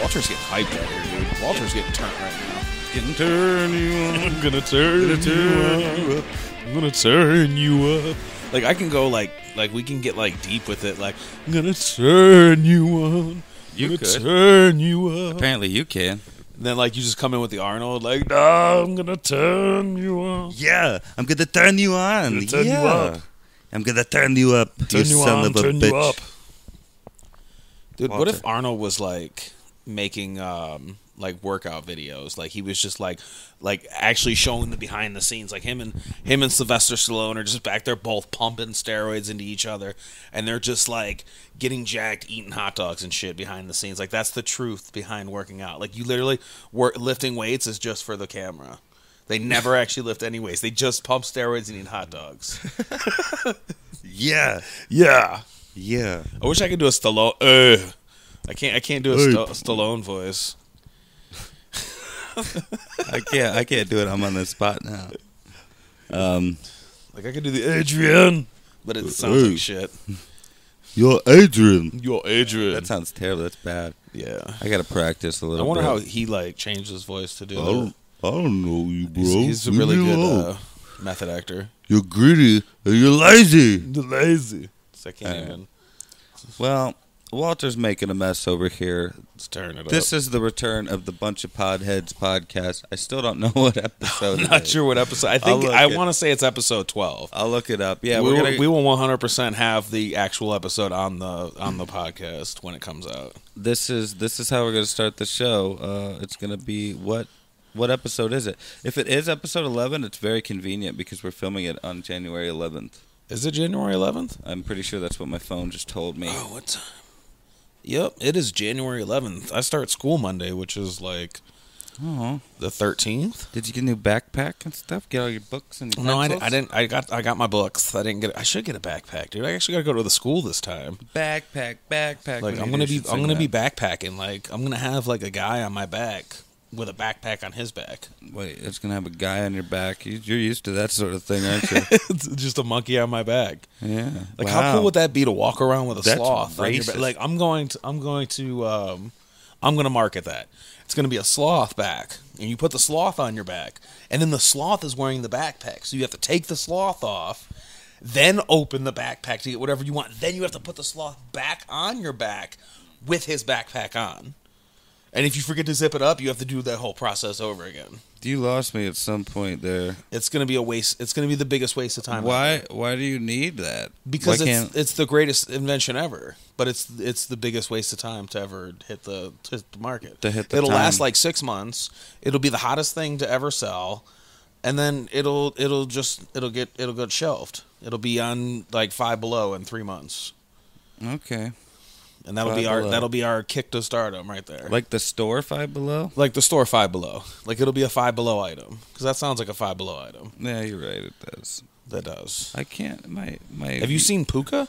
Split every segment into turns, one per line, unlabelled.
Walter's getting hyped out here, dude. Walter's getting turned right now.
Gonna turn you up. Gonna turn, you up. I'm gonna turn you up.
Like I can go like like we can get like deep with it. Like
I'm gonna turn you on.
You
gonna
could.
turn you up.
Apparently, you can.
and then like you just come in with the Arnold like
I'm gonna turn you on.
Yeah, I'm gonna turn you on.
Gonna turn you
yeah.
up.
I'm gonna turn you up.
Turn you,
son
on.
of a
turn
bitch.
you up.
Dude, what
Walter.
if Arnold was like making um like workout videos? Like he was just like like actually showing the behind the scenes. Like him and him and Sylvester Stallone are just back there both pumping steroids into each other and they're just like getting jacked, eating hot dogs and shit behind the scenes. Like that's the truth behind working out. Like you literally work lifting weights is just for the camera. They never actually lift any weights. They just pump steroids and eat hot dogs.
Yeah,
Yeah.
yeah.
I wish I could do a Stallone. Uh, I can't. I can't do a
Hey.
Sta- Stallone voice.
I can't. I can't do it. I'm on the spot now. Um,
Like I could do the Adrian,
Adrian.
but it sounds
Hey.
like shit.
you're Adrian.
You're Adrian.
That sounds terrible. That's bad.
yeah.
I gotta practice a
I
little.
wonder
bit.
how he like changed his voice to do
I
that.
don't, I don't know you, Oh, bro.
He's, he's a
Leave
really
me
good
alone.
uh, method actor.
you're greedy and you're lazy.
The lazy. So I can't
Uh,
even.
Well, Walter's making a mess over here.
Let's turn it
This
up.
is the return of the Bunch of Podheads podcast. I still don't know what episode. it
Not
is.
sure what episode. I think
look
I
it-
want to say it's episode twelve.
I'll look it up. Yeah,
we
we're
will,
gonna,
we will 100% have the actual episode on the on the podcast when it comes out.
this is this is how we're going to start the show. Uh, it's going to be what what episode is it? If it is episode 11, it's very convenient because we're filming it on January 11th.
Is it January 11th?
I'm pretty sure that's what my phone just told me.
Oh, what time? Yep, it is January 11th. I start school Monday, which is like
Oh,
the 13th.
did you get a new backpack and stuff? Get all your books and your
No, I, di-
pencils?
I didn't. I got I got my books. I didn't get. I should get a backpack, dude. I actually got to go to the school this time.
Backpack, backpack.
Like
We
I'm
need
gonna
to
be
sing
I'm gonna
that.
be backpacking. Like I'm gonna have like a guy on my back with a backpack on his back.
Wait, it's gonna have a guy on your back. You- You're used to that sort of thing, aren't you?
It's just a monkey on my back.
yeah.
Like how cool
Wow.
would that be to walk around with a
That's
sloth? on your back?
racist.
Like I'm going to I'm going to um, I'm going to market that. It's going to be a sloth back, and you put the sloth on your back, and then the sloth is wearing the backpack, so you have to take the sloth off, then open the backpack to get whatever you want. Then you have to put the sloth back on your back with his backpack on. And if you forget to zip it up, you have to do that whole process over again.
You lost me at some point there.
It's going to be a waste. It's going to be the biggest waste of time.
Why? Why do you need that?
because it's
Why can't-
it's the greatest invention ever, but it's it's the biggest waste of time to ever hit the to hit the market.
To hit the
it'll last
time.
like six months. It'll be the hottest thing to ever sell, and then it'll it'll just it'll get it'll get shelved. It'll be on like five below in three months,
okay.
and that'll be
Five
our
Below.
that'll be our kick to stardom right there.
Like the store Five Below?
like the store five below, like it'll be a five below item because that sounds like a five below item.
Yeah, you're right. It does.
That does.
I can't. My my.
Have you seen Puka?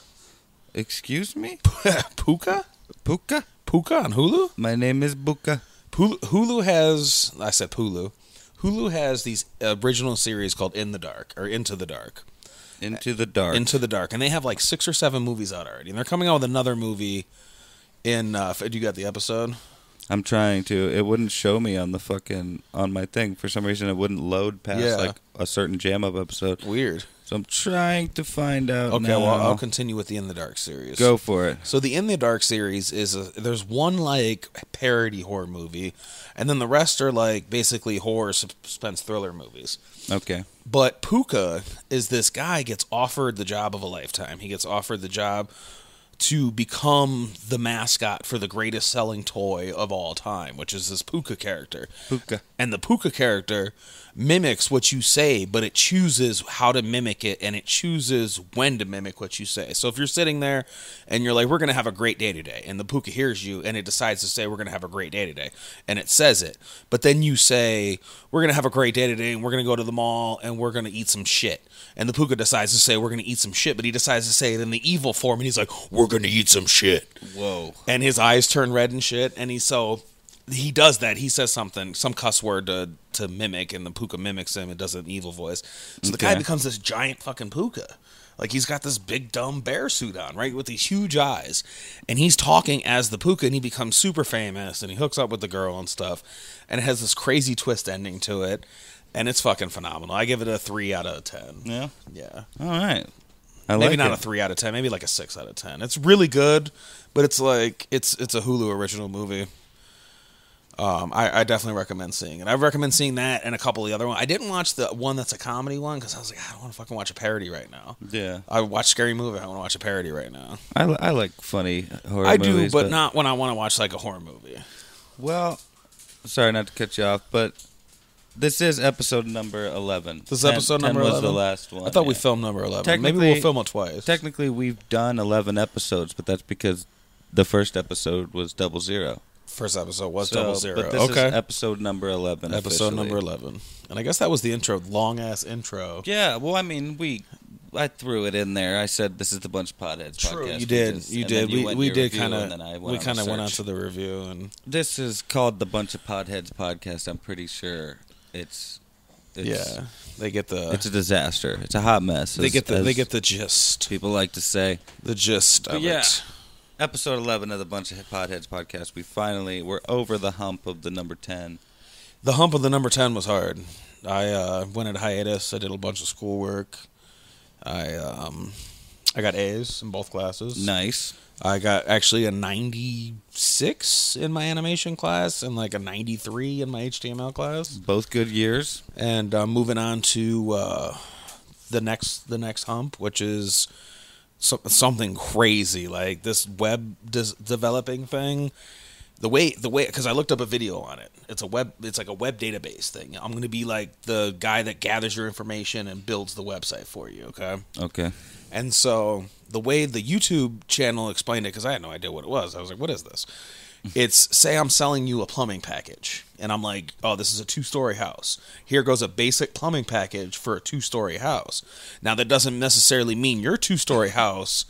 Excuse me,
Puka?
Puka.
Puka on Hulu?
My name is Buka.
Hulu, Hulu has I said Hulu. Hulu has these original series called In the Dark or Into the Dark.
Into the dark.
Into the Dark, and they have like six or seven movies out already, and they're coming out with another movie. In uh, f- you got the episode?
I'm trying to. It wouldn't show me on the fucking on my thing for some reason. It wouldn't load past
Yeah.
like a certain jam up episode.
Weird.
So I'm trying to find out.
Okay, well
now.
I'll continue with the In the Dark series.
Go for it.
So the In the Dark series is a, there's one like parody horror movie, and then the rest are like basically horror suspense thriller movies.
Okay.
But Puka is this guy gets offered the job of a lifetime. He gets offered the job to become the mascot for the greatest selling toy of all time, which is this Puka character.
Puka.
And the Puka character mimics what you say, but it chooses how to mimic it and it chooses when to mimic what you say. So if you're sitting there and you're like, we're going to have a great day today, and the Puka hears you and it decides to say, we're going to have a great day today, and it says it, but then you say, we're going to have a great day today and we're going to go to the mall and we're going to eat some shit. And the Puka decides to say, we're going to eat some shit, but he decides to say it in the evil form and he's like, we're going to eat some shit
Whoa.
and his eyes turn red and shit and he's so he does that he says something some cuss word to to mimic and the puka mimics him it does an evil voice so the guy
Okay.
becomes this giant fucking puka Like he's got this big dumb bear suit on, right, with these huge eyes, and he's talking as the Puka, and he becomes super famous, and he hooks up with the girl and stuff, and it has this crazy twist ending to it, and it's fucking phenomenal. I give it a three out of ten.
Yeah.
Yeah,
All right. I
maybe
like
not
it.
a three out of ten, maybe like a six out of ten. It's really good, but it's like it's it's a Hulu original movie. Um, I, I definitely recommend seeing it. I recommend seeing that and a couple of the other ones. I didn't watch the one that's a comedy one because I was like, I don't want to fucking watch a parody right now.
yeah.
I watch scary movie. I want to watch a parody right now.
I, li- I like funny horror
I do,
movies,
but, not when I want to watch like a horror movie.
Well, sorry not to cut you off, but this is episode number 11.
This is
Ten-
episode
10
number
was the
11?
last one.
I thought we
yeah.
filmed number eleven. Maybe
Technically-
we'll film it twice.
Technically, we've done 11 episodes, but that's because the first episode was double zero.
First episode was
So-
double zero.
But this
okay,
is episode number 11.
episode
officially.
number eleven. And I guess that was the intro, long ass intro.
Yeah, well, I mean, we. I threw it in there. I said this is the bunch of potheads
True.
podcast.
You
We
did.
just-
You
and then
did. we
went
we
your
did
review,
kind
and then I
of.
went
We
on a
kind of went
search.
onto the review and
This is called the Bunch of Podheads podcast. I'm pretty sure it's, it's
yeah, they get the
it's a disaster. It's a hot mess.
they
as-
get the
as
they get the gist
people like to say.
the gist of
yeah.
it.
Episode 11 of the Bunch of Podheads podcast. We finally we're over the hump of the number 10.
The hump of the number ten was hard. I uh, went at hiatus. I did a bunch of schoolwork. I um, I got A's in both classes.
Nice.
I got actually a ninety six in my animation class and like a ninety three in my HTML class.
Both good years.
and uh, moving on to uh, the next the next hump, which is so, something crazy like this web des- developing thing. The way the way because I looked up a video on it. It's a web. It's like a web database thing. I'm going to be like the guy that gathers your information and builds the website for you. Okay.
Okay.
And so the way the YouTube channel explained it, because I had no idea what it was, I was like, what is this? It's say I'm selling you a plumbing package, and I'm like, oh, this is a two story house. Here goes a basic plumbing package for a two story house. Now, that doesn't necessarily mean your two story house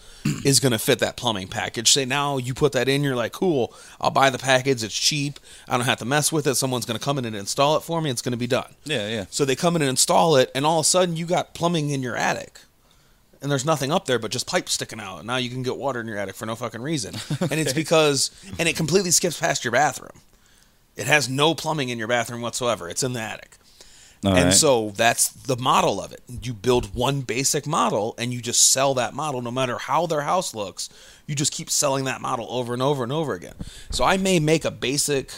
is going to fit that plumbing package. Say now you put that in, you're like, cool, I'll buy the package, it's cheap, I don't have to mess with it. Someone's going to come in and install it for me, it's going to be done.
Yeah, yeah.
So they come in and install it, and all of a sudden you got plumbing in your attic. And there's nothing up there but just pipes sticking out. And now you can get water in your attic for no fucking reason. And it's because, and it completely skips past your bathroom. It has no plumbing in your bathroom whatsoever. It's in the attic.
All
and
right.
so that's the model of it. You build one basic model and you just sell that model no matter how their house looks. You just keep selling that model over and over and over again. So I may make a basic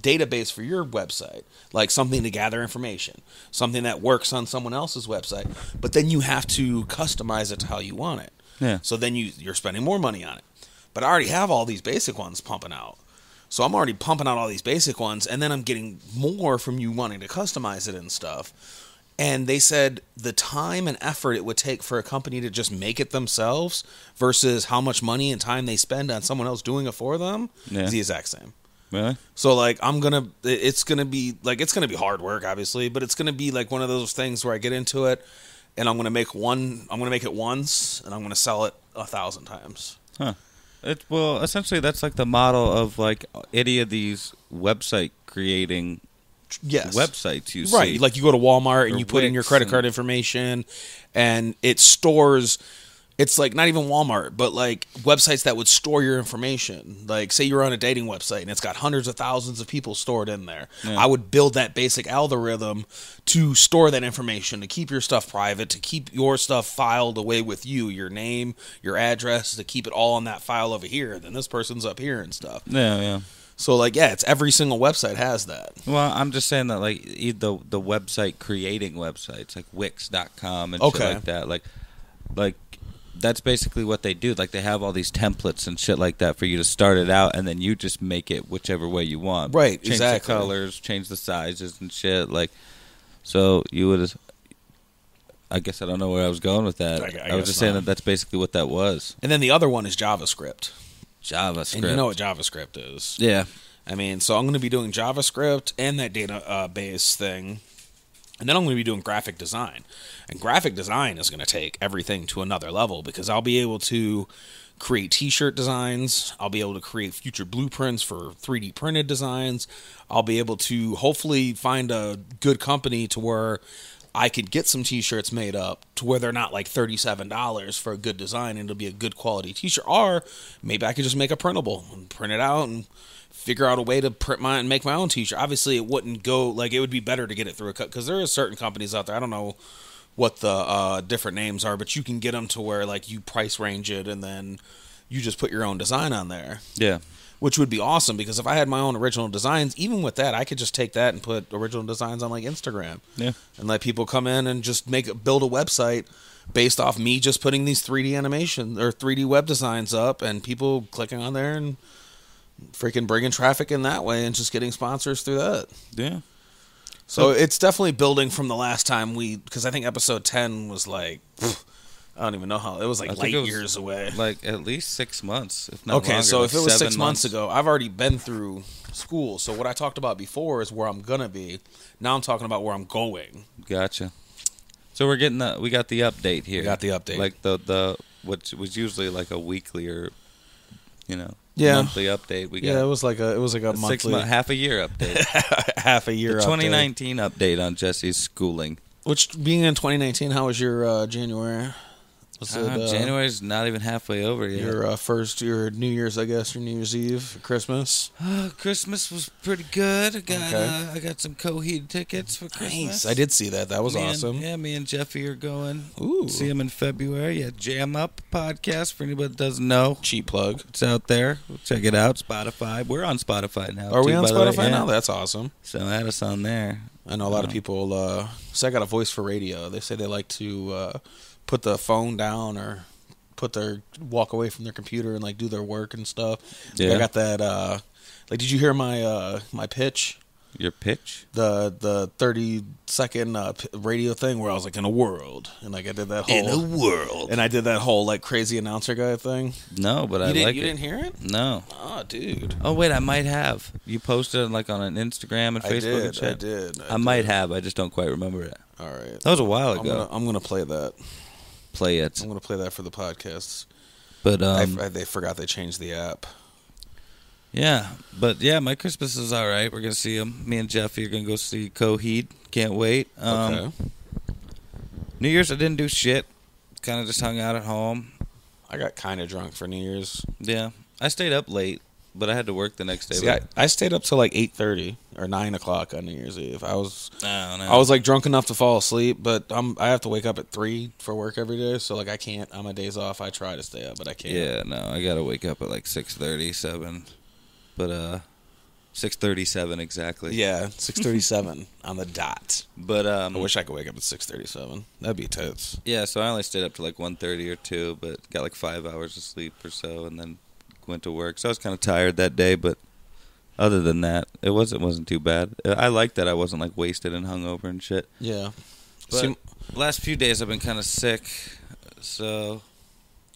database for your website, like something to gather information, something that works on someone else's website, but then you have to customize it to how you want it.
Yeah.
So then you you're spending more money on it. But I already have all these basic ones pumping out. So I'm already pumping out all these basic ones and then I'm getting more from you wanting to customize it and stuff. And they said the time and effort it would take for a company to just make it themselves versus how much money and time they spend on someone else doing it for them
Yeah.
is the exact same.
Really?
So like I'm gonna, it- it's gonna be like it's gonna be hard work, obviously, but it's gonna be like one of those things where I get into it, and I'm gonna make one, I'm gonna make it once, and I'm gonna sell it a thousand times.
Huh. It, well, essentially that's like the model of like any of these website creating
Yes,
websites you see.
right. Like you go to Walmart and
Or
you put in your
Wix
credit
and-
card information, and it stores. It's like not even Walmart, but like websites that would store your information. Like, say you're on a dating website and it's got hundreds of thousands of people stored in there. I would build that basic algorithm to store that information, to keep your stuff private, to keep your stuff filed away with you, your name, your address, to keep it all on that file over here. Then this person's up here and stuff.
Yeah, yeah.
So, like, yeah, it's every single website has that.
Well, I'm just saying that like e- the the website creating websites like Wix.com and
Okay.
shit like that. Like like that's basically what they do. Like they have all these templates and shit like that for you to start it out, and then you just make it whichever way you want.
Right,
Change
exactly.
the colors, change the sizes and shit. Like so you would. I guess I don't know where I was going with that.
I
I,
gu- I
was
guess
just saying
not.
that that's basically what that was.
And then the other one is JavaScript.
JavaScript.
And you know what JavaScript is.
Yeah.
I mean, so I'm going to be doing JavaScript and that data uh, base thing. And then I'm going to be doing graphic design. And graphic design is going to take everything to another level because I'll be able to create t shirt designs. I'll be able to create future blueprints for 3D printed designs. I'll be able to hopefully find a good company to where I could get some T-shirts made up to where they're not like thirty-seven dollars for a good design, and it'll be a good quality T-shirt. Or maybe I could just make a printable and print it out and figure out a way to print mine and make my own T-shirt. Obviously, it wouldn't go like it would be better to get it through a cut because there are certain companies out there. I don't know what the uh, different names are, but you can get them to where like you price range it and then you just put your own design on there
Yeah.
which would be awesome because if I had my own original designs, even with that, I could just take that and put original designs on like Instagram.
Yeah.
And let people come in and just make build a website based off me just putting these 3D animation or 3D web designs up and people clicking on there and freaking bringing traffic in that way and just getting sponsors through that.
Yeah.
So it's definitely building from the last time we because I think episode 10 was like pff, I don't even know how it was like
I think
light
it was
years away.
Like at least six months, if not
Okay,
longer,
so
like
if it was
seven
six months. ago, I've already been through school. So what I talked about before is where I'm gonna be. Now I'm talking about where I'm going.
Gotcha. So we're getting the we got the update here.
got the update.
Like the the which was usually like a weekly or you know
Yeah.
monthly update. We got
Yeah, it was like a it was like a,
a
monthly,
six month half a year update.
half a
the
year.
twenty
update.
nineteen update on Jesse's schooling.
Which being in 2019, how was your uh, January? Was
Ah,
uh,
January's not even halfway over yet.
Your uh, first, your New Year's, I guess, your New Year's Eve, Christmas.
Ah, Christmas was pretty good. I got
Okay.
uh, I got some Coheed tickets for Christmas.
Nice. I did see that. That was
Me and-
awesome.
yeah, me and Jeffy are going.
Ooh.
See him in February. Yeah, Jam Up podcast for anybody that doesn't know.
Cheap plug.
It's out there. Check it out. Spotify. We're on Spotify now.
Are we
too,
on
by the way.
Spotify
Yeah.
now? That's awesome.
So add us on there.
I know a lot of people. Uh, so I got a voice for radio. They say they like to uh, put the phone down or put their walk away from their computer and like do their work and stuff.
Yeah.
I got that. Uh, like, did you hear my uh, my pitch?
Your pitch?
The the thirty second uh, p- radio thing where I was like in a world and like I did that whole
world.
and I did that whole like crazy announcer guy thing.
No, but I
you didn't
like
you
it.
didn't hear it?
No.
Oh, dude.
Oh wait, I might have. You posted it like on an Instagram and
I
Facebook
did,
and shit.
I did.
I might have. I just don't quite remember it.
All right.
That was a while ago.
I'm gonna, I'm gonna play that.
Play it.
I'm gonna play that for the podcast.
But
I-
um,
I, they forgot they changed the app.
yeah. But yeah, my Christmas is all right. We're gonna see him. Me and Jeffy are gonna go see Coheed. Can't wait. Um,
okay.
New Year's I didn't do shit. Kind of just hung out at home.
I got kind of drunk for New Year's.
Yeah, I stayed up late, but I had to work the next day.
See, I,
but,
I stayed up till like eight thirty or nine o'clock on New Year's Eve. I was
I, don't know.
I was like drunk enough to fall asleep, but I'm I have to wake up at three for work every day, so like I can't. On my days off, I try to stay up, but I can't.
Yeah, no, I gotta wake up at like six thirty seven, but uh, six thirty seven exactly.
yeah, six thirty-seven on the dot.
but um,
I wish I could wake up at six thirty-seven. That'd be tits.
yeah. So I only stayed up to like one thirty or two, but got like five hours of sleep or so, and then went to work. So I was kind of tired that day, but other than that, it wasn't wasn't too bad. I like that I wasn't like wasted and hungover and shit.
Yeah.
But
See,
last few days I've been kind of sick, so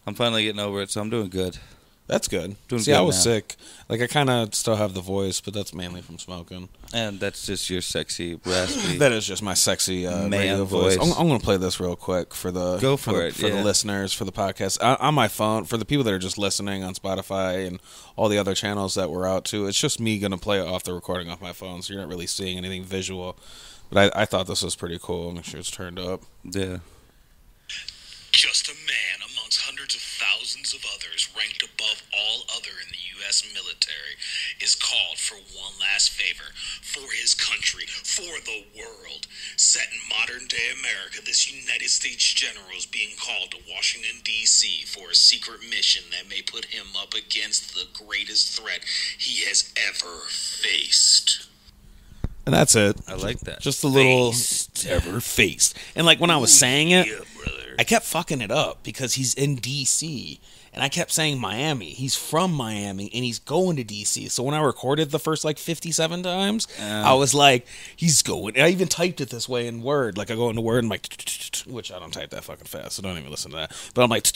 I'm finally getting over it. So I'm doing good.
that's good.
Doing
See,
good
I was
now.
sick. Like I kind of still have the voice, but that's mainly from smoking.
And that's just your sexy raspy.
That is just my sexy uh,
Man
radio voice.
voice.
I'm, I'm going to play this real quick for the
Go for
the,
it,
for
yeah.
the listeners for the podcast I, on my phone for the people that are just listening on Spotify and all the other channels that we're out to. It's just me going to play it off the recording off my phone, so you're not really seeing anything visual. But I, I thought this was pretty cool. Make sure it's turned up.
yeah.
Just a man amongst hundreds of thousands of others ranked above all other in the U.S. military is called for one last favor for his country, for the world. Set in modern day America, this United States general is being called to Washington, D.C. for a secret mission that may put him up against the greatest threat he has ever faced.
And that's it.
I like that.
Just a little ever faced. And like when I was saying it, I kept fucking it up because he's in DC and I kept saying Miami. He's from Miami and he's going to DC. So when I recorded the first like 57 times, I was like, he's going. I even typed it this way in Word. Like I go into Word and like, which I don't type that fucking fast. So don't even listen to that. But I'm like,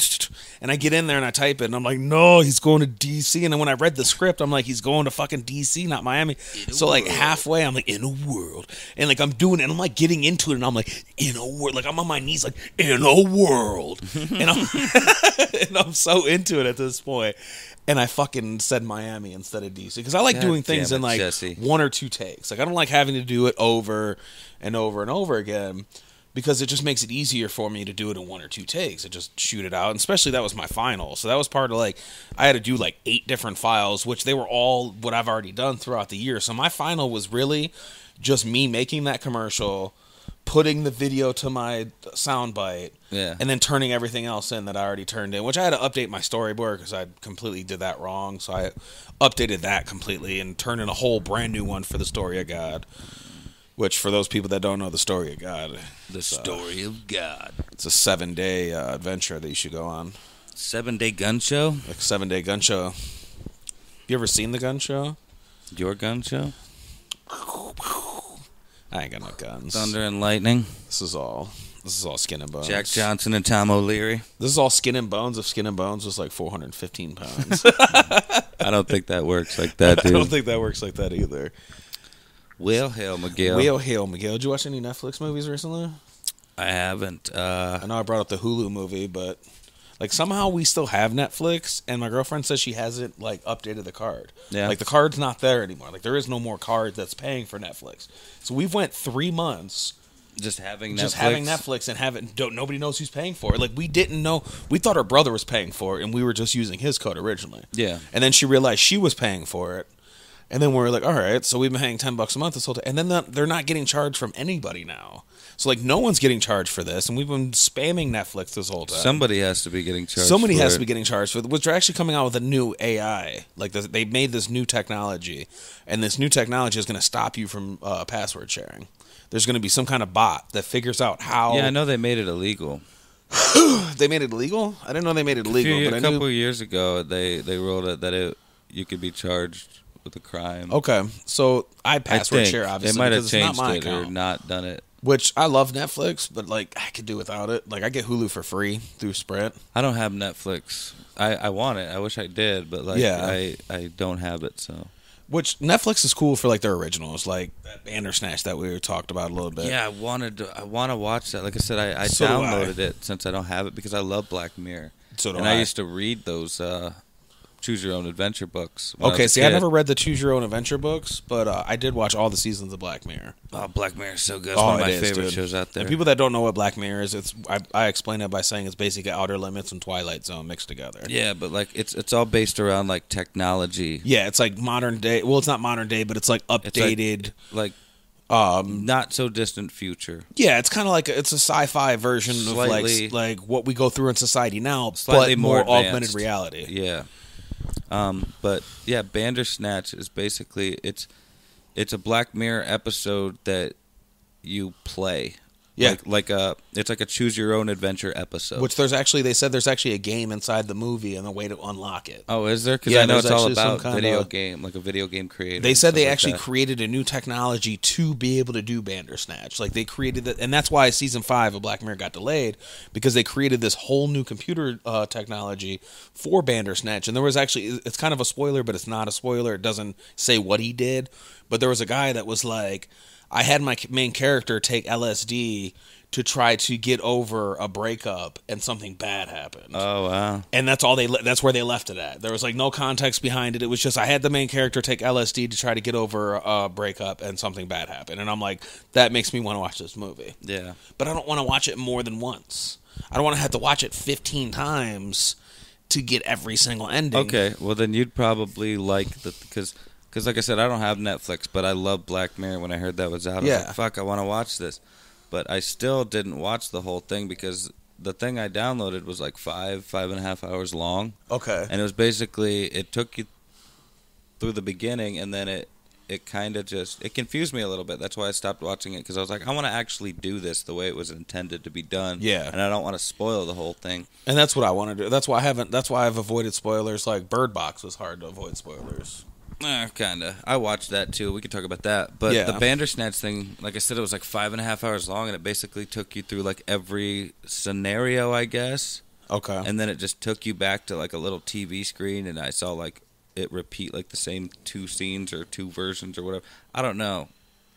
and I get in there and I type it and I'm like, no, he's going to DC. And then when I read the script, I'm like, he's going to fucking DC, not Miami. So like halfway, I'm like, in a world. And like I'm doing it and I'm like getting into it and I'm like, in a world. Like I'm on my knees, like, in a world. And I'm, and I'm so into it at this point. And I fucking said Miami instead of DC because I like
God
doing things
damn
in
it,
like
Jesse.
one or two takes. Like I don't like having to do it over and over and over again because it just makes it easier for me to do it in one or two takes. I just shoot it out, and especially that was my final, so that was part of like I had to do like eight different files, which they were all what I've already done throughout the year. So my final was really just me making that commercial, putting the video to my soundbite,
Yeah.
and then turning everything else in that I already turned in, which I had to update my storyboard because I completely did that wrong. So I updated that completely and turned in a whole brand new one for the story of God. Which, for those people that don't know the story of God,
The story of God.
it's a seven day uh, adventure that you should go on,
Seven Day Gun Show.
like seven day gun show. You ever seen the gun show?
Your gun show.
I ain't got no guns.
Thunder and Lightning.
This is all. This is all skin and bones.
Jack Johnson and Tom O'Leary.
This is all skin and bones. If skin and bones was like 415 pounds,
I don't think that works like that,
I
dude.
don't think that works like that either.
Will Hill McGill.
Wheel Hail Miguel. Did you watch any Netflix movies recently?
I haven't. Uh,
I know I brought up the Hulu movie, but like somehow we still have Netflix, and my girlfriend says she hasn't like updated the card.
Yeah.
like the card's not there anymore. Like there is no more card that's paying for Netflix. So we've went three months
just having Netflix.
just having Netflix and having don't, nobody knows who's paying for it. Like we didn't know. We thought her brother was paying for it, and we were just using his code originally.
Yeah.
and then she realized she was paying for it. And then we were like, all right, so we've been paying 10 bucks a month this whole time. And then the- they're not getting charged from anybody now. So, like, no one's getting charged for this. And we've been spamming Netflix this whole time.
Somebody has to be getting charged.
Somebody
for
has
it.
to be getting charged for it, which they're actually coming out with a new AI. Like, this, they made this new technology. And this new technology is going to stop you from uh, password sharing. There's going to be some kind of bot that figures out how.
Yeah, I know they made it illegal.
They made it illegal? I didn't know they made it
A, few-
illegal,
a
but I
couple
knew.
years ago, they they ruled it that it you could be charged with a crime.
Okay, so I
I
password
think.
share, obviously.
They might have
because it's not
changed
my
it
account.
or not done it.
which I love Netflix, but like I could do without it. Like I get Hulu for free through Sprint.
I don't have Netflix. I, I want it. I wish I did, but like
Yeah.
I, I don't have it. So
Which Netflix is cool for like their originals, like that Bandersnatch that we talked about a little bit.
yeah, I wanted to. I want to watch that. Like I said, I, I
So do I.
downloaded it since I don't have it because I love Black Mirror.
So do
and
I.
I. used to read those uh, choose your own adventure books. when
Okay,
was a
see, I
kid.
never read the Choose Your Own Adventure books, but uh, I did watch all the seasons of Black Mirror.
Oh, Black Mirror is so good. It's
All
one of my favorite shows out there.
And people that don't know what Black Mirror is, it's I, I explain it by saying it's basically Outer Limits and Twilight Zone mixed together.
yeah, but like it's it's all based around like technology,
Yeah, it's like modern day. Well, it's not modern day, but it's like updated.
like
um,
not so distant future.
yeah, it's kind of like a, it's a sci-fi version
Slightly-
of like like what we go through in society now,
Slightly
but more,
more
augmented
advanced.
reality.
Yeah. Um, but yeah, Bandersnatch is basically it's it's a Black Mirror episode that you play.
Yeah.
Like, like a it's like a choose your own adventure episode.
Which there's actually they said there's actually a game inside the movie and a way to unlock it.
oh, is there? Because
Yeah,
I know
there's
it's all
actually some
about
kinda-
video game, like a video game creator.
They
and
said
stuff
they
like
actually
that.
created a new technology to be able to do Bandersnatch. Like they created that, and that's why season five of Black Mirror got delayed because they created this whole new computer uh, technology for Bandersnatch. And there was actually, it's kind of a spoiler, but it's not a spoiler. It doesn't say what he did, but there was a guy that was like, I had my main character take LSD to try to get over a breakup, and something bad happened
Oh wow.
and that's all they le- that's where they left it at there was like no context behind it it was just i had the main character take lsd to try to get over a breakup and something bad happened and i'm like that makes me want to watch this movie
Yeah.
but i don't want to watch it more than once i don't want to have to watch it 15 times to get every single ending
Okay, well then you'd probably like the because because like I said, I don't have Netflix, but I love Black Mirror. When I heard that was out, I was
Yeah.
like, "Fuck, I want to watch this," but I still didn't watch the whole thing because the thing I downloaded was like five five and a half hours long,
okay
and it was basically it took you through the beginning, and then it it kind of just it confused me a little bit. That's why I stopped watching it because I was like, I want to actually do this the way it was intended to be done.
Yeah.
and I don't want to spoil the whole thing.
and that's what i want to do that's why i haven't that's why i've avoided spoilers like bird box was hard to avoid spoilers
Eh, kinda. I watched that too. We could talk about that. But
Yeah.
the Bandersnatch thing, like I said, it was like five and a half hours long, and it basically took you through like every scenario, I guess.
okay
And then it just took you back to like a little TV screen, and I saw like it repeat like the same two scenes or two versions or whatever. I don't know.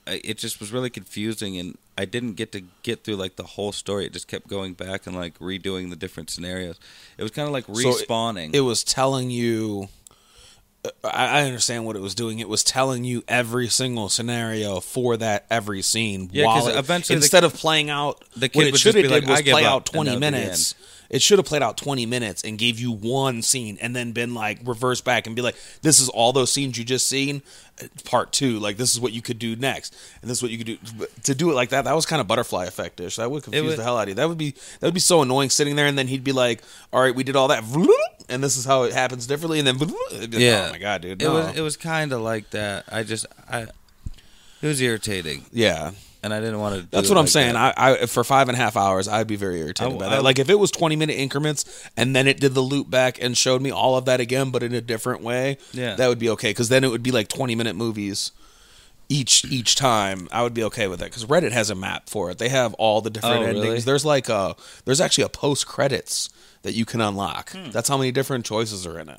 I- It just was really confusing, and I didn't get to get through like the whole story. It just kept going back and like redoing the different scenarios. It was kind of like
So it-
respawning.
it was telling you uh, I I understand what it was doing. It was telling you every single scenario for that every scene.
Yeah, 'cause
while it-
eventually the-
instead of playing out
the kid
what it
would
should have
just be
did
like,
was
"I give
play
up,"
out
and that
twenty
would be the
minutes. It should have played out twenty minutes and gave you one scene, and then been like reverse back and be like, "This is all those scenes you just seen, uh, part two. Like this is what you could do next, and this is what you could do." But to do it like that, that was kind of butterfly effectish. That would confuse
would-
the hell out of you. That would be that would be so annoying sitting there, and then he'd be like, "All right, we did all that, and this is how it happens differently," and then it'd be like,
Yeah.
"Oh my god, dude!"
It
no.
was it was kind of like that. I just I it was irritating,
yeah.
and I didn't want to. do
That's
it
what I'm
like
saying.
that.
I, I for five and a half hours, I'd be very irritated
I-
by
I-
that. like if it was 20 minute increments and then it did the loop back and showed me all of that again, but in a different way,
Yeah.
that would be okay. Because then it would be like 20 minute movies each each time. I would be okay with it because Reddit has a map for it. They have all the different
Oh,
endings.
really?
There's like a there's actually a post credits that you can unlock.
Hmm.
That's how many different choices are in it.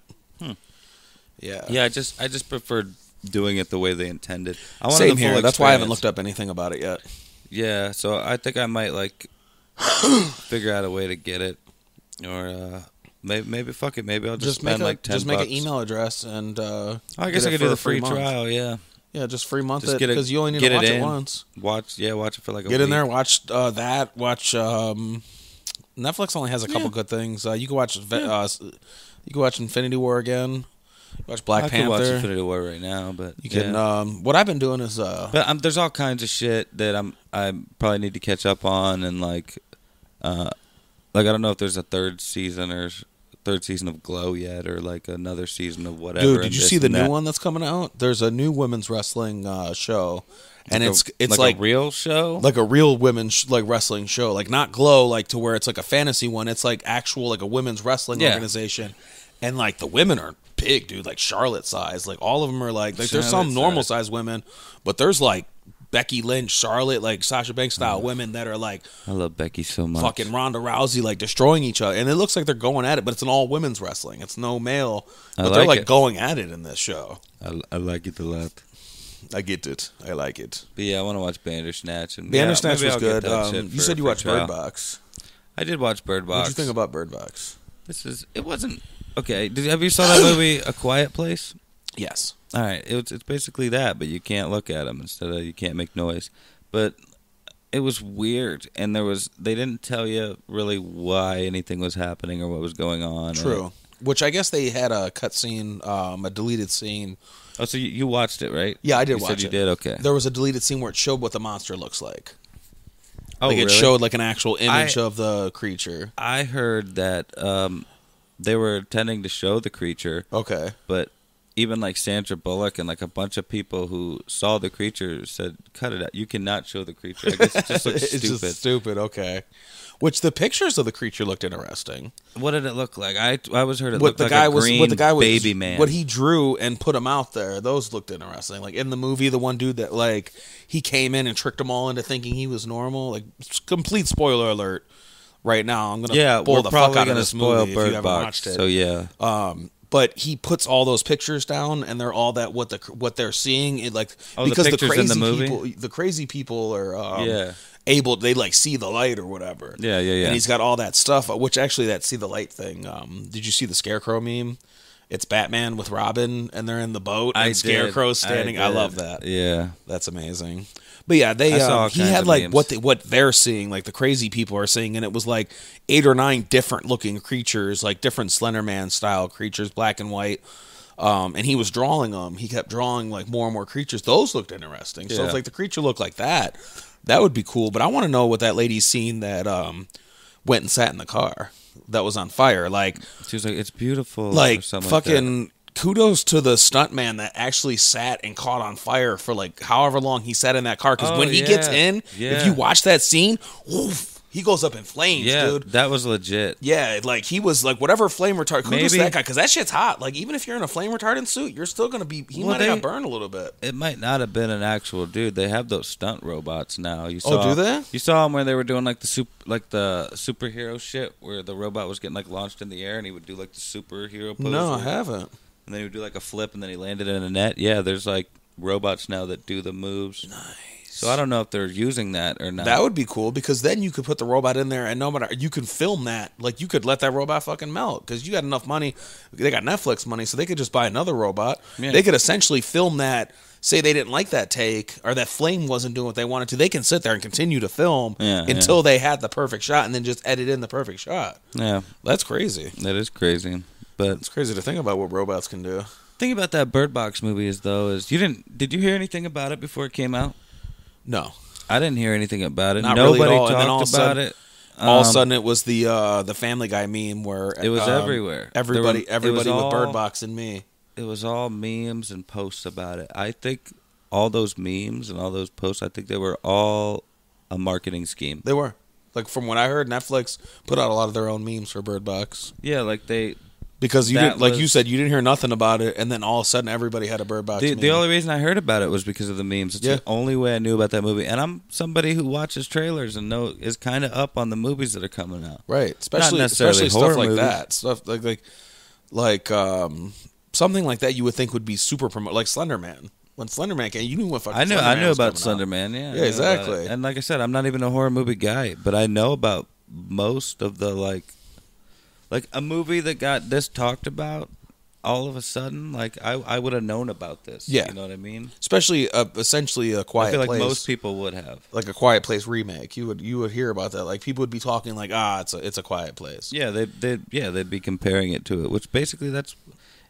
Yeah.
yeah, I just I just preferred doing it the way they intended. I wanted
Same
the full
here. That's why I haven't
experience.
looked up anything about it yet.
Yeah, so I think I might like figure out a way to get it, or uh, maybe maybe fuck it, maybe I'll just,
Just
spend
make a,
like ten.
just make
bucks.
an email address and uh,
Oh, I guess
get
I
it
could
for
do
a
the free
month.
trial. Yeah,
Yeah, just free month
Just
it
get it-
because you only need
get
to
it
watch it,
in.
once.
watch yeah, watch it for like a
Get in
week.
there, watch uh, that. Watch um, Netflix only has a couple good things. Uh, you can watch Ve- uh, s- you can watch Infinity War again. Watch Black
I could
Panther.
watch Infinity War right now, but
you can.
yeah.
Um, what I've been doing is uh,
But um, there's all kinds of shit that I'm I probably need to catch up on, and like, uh, like I don't know if there's a third season or s- third season of Glow yet, or like another season of whatever.
dude,
and
did you
this
see the
and
new
that.
one that's coming out? There's a new women's wrestling uh, show, and
Like
it's
a-
it's
like
like
a real show.
like a real women's sh- like wrestling show, like not glow, like to where it's like a fantasy one. It's like actual like a women's wrestling
Yeah.
organization, and like the women are big, dude, like Charlotte size. Like all of them are like like there's some
Charlotte
normal size women, but there's like Becky Lynch, Charlotte, like Sasha Banks style
Mm.
women that are like
I love Becky so much.
fucking Ronda Rousey, like destroying each other. And it looks like they're going at it, but it's an all women's wrestling. It's no male,
I
but they're
like
like
it.
going at it in this show.
I, I like it a lot.
I get it. I like it.
But yeah, I want to watch Bandersnatch. And
Bandersnatch
yeah,
was
maybe I'll
good.
get that
Um,
shit
you
for-
said you
for
watched
trial.
Bird Box.
I did watch Bird Box.
What do you think about Bird Box?
this? Is it wasn't okay? Did have you saw that movie A Quiet Place?
Yes.
All right, it's it's basically that, but you can't look at them instead of you can't make noise. But it was weird, and there was they didn't tell you really why anything was happening or what was going on. or-
True. Which I guess they had a cut scene, um, a deleted scene.
oh, so you, you watched it, right?
Yeah, I did
you
watch
said you
it.
did. Okay.
There was a deleted scene where it showed what the monster looks like.
oh,
like it
really?
showed like an actual image
I-
of the creature.
I heard that um, they were intending to show the creature,
Okay.
but even like Sandra Bullock and like a bunch of people who saw the creature said, "Cut it out! You cannot show the creature. I guess it just looks
it's
stupid."
just stupid. Okay. Which the pictures of the creature looked interesting.
What did it look like? I I was heard it
What
looked
the
like
guy
a
was,
green
what the guy was,
baby man.
what he drew and put them out there. Those looked interesting. Like in the movie, the one dude that like he came in and tricked them all into thinking he was normal. Like s- complete spoiler alert. Right now, I'm gonna
yeah,
spoil
we're
the
probably
fuck out
gonna
of this
spoil
movie
Bird
if you haven't
Box.
watched it.
So yeah,
Um, but he puts all those pictures down, and they're all that what the what they're seeing. It like
Oh, the
because the,
pictures
crazy
in the movie?
people, the crazy people are um,
Yeah.
able. They like see the light or whatever.
Yeah, yeah, yeah.
And he's got all that stuff. uh, Which actually, that see the light thing. Um, did you see the scarecrow meme? It's Batman with Robin, and they're in the boat, and
did.
Scarecrow's standing. I,
did.
love that.
Yeah,
That's amazing. But yeah, they
I saw all
um, he
kinds
had
of
like
memes.
what they, what they're seeing, like the crazy people are seeing, and it was like eight or nine different looking creatures, like different Slenderman style creatures, black and white. Um, and he was drawing them. He kept drawing like more and more creatures. Those looked interesting. So
Yeah.
if like the creature looked like that, that would be cool. But I want to know what that lady's seen that um, went and sat in the car that was on fire. Like
she was like, "It's beautiful." or
like
something like that.
fucking kudos to the stuntman that actually sat and caught on fire for like however long he sat in that car because
Oh,
when he gets
yeah.
in if
Yeah.
you watch that scene oof, he goes up in flames
yeah,
dude
that was legit.
yeah like he was like whatever flame retardant kudos to
Maybe-
that guy because that shit's hot like even if you're in a flame retardant suit you're still gonna be he
Well,
might have got
they-
burned a little bit
It might not have been an actual dude. They have those stunt robots now. You
Oh,
saw,
do they?
You saw them where they were doing like the sup- like the superhero shit, where the robot was getting like launched in the air, and he would do like the superhero pose,
no i
where-
haven't
and then he would do like a flip, and then he landed in a net. Yeah, there's like robots now that do the moves. Nice. So I don't know if they're using that or not.
That would be cool because then you could put the robot in there and no matter you could film that. Like you could let that robot fucking melt because you got enough money. They got Netflix money, so they could just buy another robot.
Yeah.
They could essentially film that. Say they didn't like that take or that flame wasn't doing what they wanted to. They can sit there and continue to film
Yeah,
until they had the perfect shot and then just edit in the perfect shot.
yeah,
That's crazy.
that is crazy. But
It's crazy to think about what robots can do.
thing about that Bird Box movie is though is you didn't did you hear anything about it before it came out?
No.
I didn't hear anything about it.
Not really at
Nobody
all, and
talked
then all
about
of a sudden-
it.
All of a
Um,
sudden, it was the uh, the Family Guy meme where
It was
um,
everywhere.
Everybody,
There were- it was
everybody with Bird
all-
Box and me.
it was all memes and posts about it. I think all those memes and all those posts, I think they were all a marketing scheme.
They were. Like from what I heard, Netflix put out a lot of their own memes for Bird Box
Yeah, like they.
because you
That
didn't, like you
was-
said you didn't hear nothing about it, and then all of a sudden everybody had a Bird Box.
The,
meme.
the only reason I heard about it was because of the memes. It's
Yeah.
the only way I knew about that movie. And I'm somebody who watches trailers and know is kind of up on the movies that are coming out.
right, especially
necessarily
especially
horror
stuff like
movies.
that, stuff like like like um something like that you would think would be super promoted, like Slender Man. When Slender Man came, you knew what fucking
I knew
Slender
I
Man
knew
was
about
coming out.
Slenderman. Yeah, I
Yeah,
knew about
exactly.
it. And like I said, I'm not even a horror movie guy, but I know about most of the like, like a movie that got this talked about. All of a sudden, like I, I would have known about this.
Yeah.
you know what I mean.
Especially uh, essentially a quiet
I feel like
place.
most people would have.
like a Quiet Place remake. You would you would hear about that. Like people would be talking like, ah, it's a it's a Quiet Place.
Yeah, they they yeah they'd be comparing it to it, which basically that's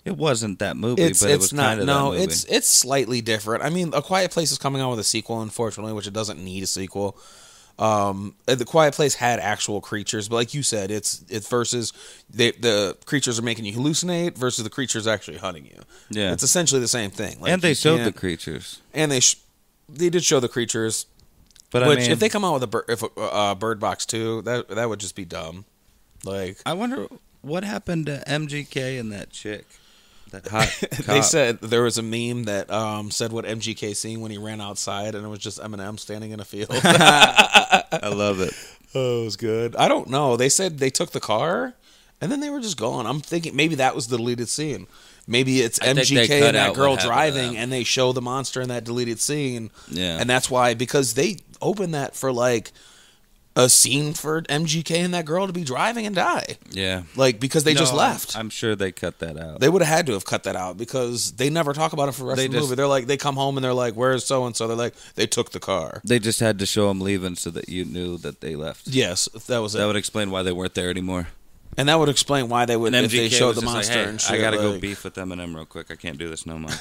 it wasn't that movie,
It's
but it
it's
was
not
kind of
no
that movie.
it's it's slightly different. I mean, A Quiet Place is coming out with a sequel, unfortunately, which it doesn't need a sequel. Um, and the Quiet Place had actual creatures, but like you said, it's it's versus they, the creatures are making you hallucinate versus the creatures actually hunting you.
Yeah.
it's essentially the same thing. Like,
and they
you
showed the
can't-
creatures,
and they sh- they did show the creatures.
but
which
I mean,
if they come out with a bir- if a uh, Bird Box two, that that would just be dumb. Like
I wonder what happened to MGK and that chick, that hot.
They
cop.
said there was a meme that um, said what MGK seen when he ran outside, and it was just Eminem standing in a field.
I love it.
oh, it was good. I don't know. They said they took the car, and then they were just gone. I'm thinking maybe that was the deleted scene. Maybe it's
I think they
MGK
cut
and
out
that
what
girl
happened to
driving,
them.
and they show the monster in that deleted scene.
Yeah.
and that's why because they opened that for like a scene for MGK and that girl to be driving and die,
Yeah.
like because they just
No,
left.
I'm sure they cut that out.
They would have had to have cut that out because they never talk about it for the rest
They
of the
just-
movie. They're like, they come home and they're like, "Where's so and so?" They're like, "They took the car."
they just had to show them leaving so that you knew that they left.
Yes, that was it,
That would explain why they weren't there anymore.
and that would explain why they would
And
if
MGK
they showed
was
the
just
monster
like, hey,
and shit.
I gotta go
like-
beef with Eminem real quick. I can't do this no more.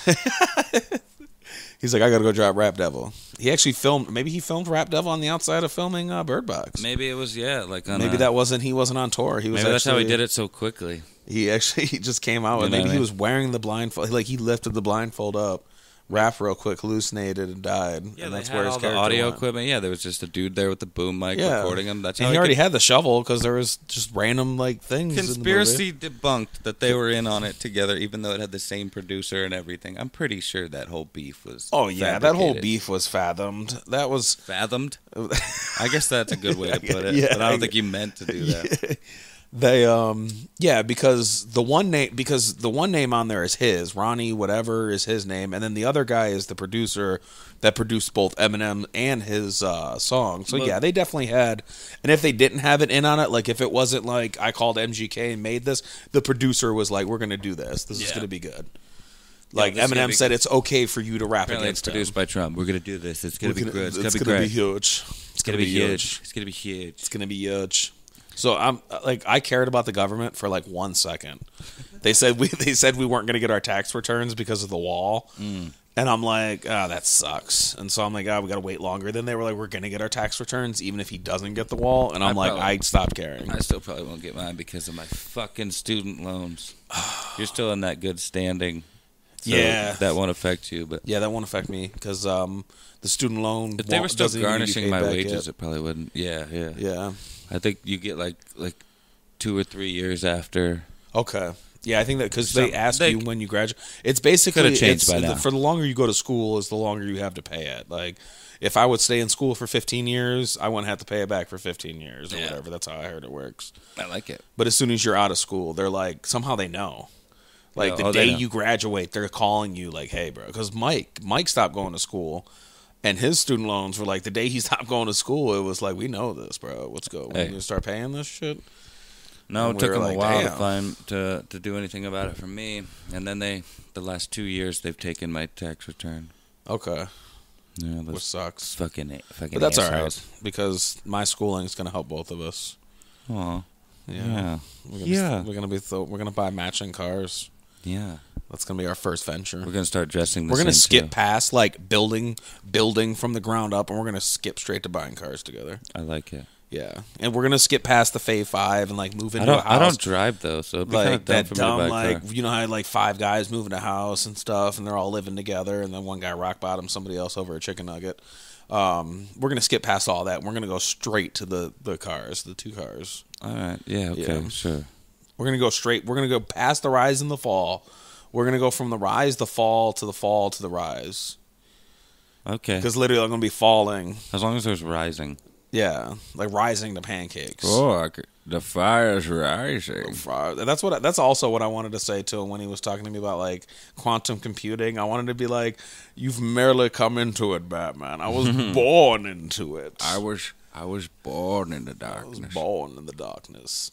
He's like, "I gotta go drop Rap Devil." He actually filmed. Maybe he filmed Rap Devil on the outside of filming uh, Bird Box. Maybe,
maybe it was yeah, like on a-
that wasn't. He wasn't on tour. He was.
Maybe that's how he
actually-
did it so quickly.
He actually he just came out
You
and
know
maybe
what I
he
mean?
was wearing the blindfold. Like he lifted the blindfold up, rapped real quick, hallucinated, and died. and that's where his character
audio
went.
equipment. Yeah, there was just a dude there with the boom mic recording him. That's
and
how
he already
could-
had the shovel because there was just random like things. In the movie.
conspiracy debunked that they were in on it together, even though it had the same producer and everything. I'm pretty sure that whole beef was.
Oh yeah, that whole
fabricated.
beef was fathomed. That was.
fathomed. I guess that's a good way to put it.
Yeah,
but I
I-
don't think you meant to do that.
They um yeah because the one name because the one name on there is his Ronnie whatever is his name and then the other guy is the producer that produced both Eminem and his uh song so
Well-
yeah they definitely had and if they didn't have it in on it like if it wasn't like I called MGK and made this the producer was like we're gonna do this this is
Yeah.
gonna be good like
this is gonna
Eminem
be
said
good.
it's okay for you to rap
Apparently, it's
against him.
produced by Trump. We're gonna do this. It's gonna
We're
be
gonna-
good. It's, gonna,
gonna
be great.
huge. It's
It's gonna be huge. It's gonna be
It's
huge.
gonna be huge. So I'm like, I cared about the government for like one second. They said we they said we weren't gonna get our tax returns because of the wall,
Mm.
and I'm like, ah, that sucks. And so I'm like, ah, we gotta wait longer. Then they were like, we're gonna get our tax returns even if he doesn't get the wall, and I'm
I
like,
probably-
I stopped caring.
I still probably won't get mine because of my fucking student loans. You're still in that good standing. So
Yeah.
that won't affect you. But
yeah, that won't affect me because um, the student loan.
if they were
won't-
still
doesn't even need to be
garnishing
paid
my
back
wages,
yet.
it probably wouldn't. Yeah, yeah,
Yeah.
I think you get like like two or three years after.
Okay. Yeah, I think that because they
Some-
ask
they-
you when you graduate. It's basically
Could've changed
it's-
by now.
For the longer you go to school, is the longer you have to pay it. Like, if I would stay in school for 15 years, I wouldn't have to pay it back for 15 years or
Yeah.
whatever. That's how I heard it works.
I like it.
But as soon as you're out of school, they're like somehow they know. Like
Yeah,
the
oh, they
day
know.
you graduate, they're calling you like, "Hey, bro," because Mike Mike stopped going to school and his student loans were like the day he stopped going to school. It was like we know this, bro. Let's go. We're
Hey.
gonna start paying this shit.
No,
And
it
we
took
were
them
like,
a while
"Damn."
to find to to do anything about it for me, and then they the last two years they've taken my tax return.
Okay,
Yeah, those
which sucks,
fucking a- fucking.
but that's all right
assholes.
because my schooling is gonna help both of us.
Aw,
Yeah,
yeah,
We're gonna
yeah,
we're gonna be th- we're gonna buy matching cars.
yeah.
That's gonna be our first venture.
We're gonna start dressing. The
We're gonna
same,
skip
too.
past like building building from the ground up, and we're gonna skip straight to buying cars together.
I like it.
Yeah, and we're gonna skip past the Fave Five and like move
I
into a
don't.
house.
I don't drive though, so it'd be kind
like
of dumb
that
for
dumb
me to buy a
like
car.
you know how had, like five guys moving a house and stuff and they're all living together and then one guy rock bottom somebody else over a chicken nugget um, we're gonna skip past all that we're gonna go straight to the the cars the two cars
All right. Yeah. Okay.
Yeah.
Sure.
we're gonna go straight we're gonna go past the rise and the fall we're gonna go from the rise the fall to the fall to the rise
Okay.
because literally i'm gonna be falling
As long as there's rising.
yeah like rising to pancakes
Oh, the fire is rising.
Uh, that's what that's also what I wanted to say to him when he was talking to me about like quantum computing. I wanted to be like, "You've merely come into it, Batman. I was born into it. I
was. I was born in the
was
darkness.
born in the darkness."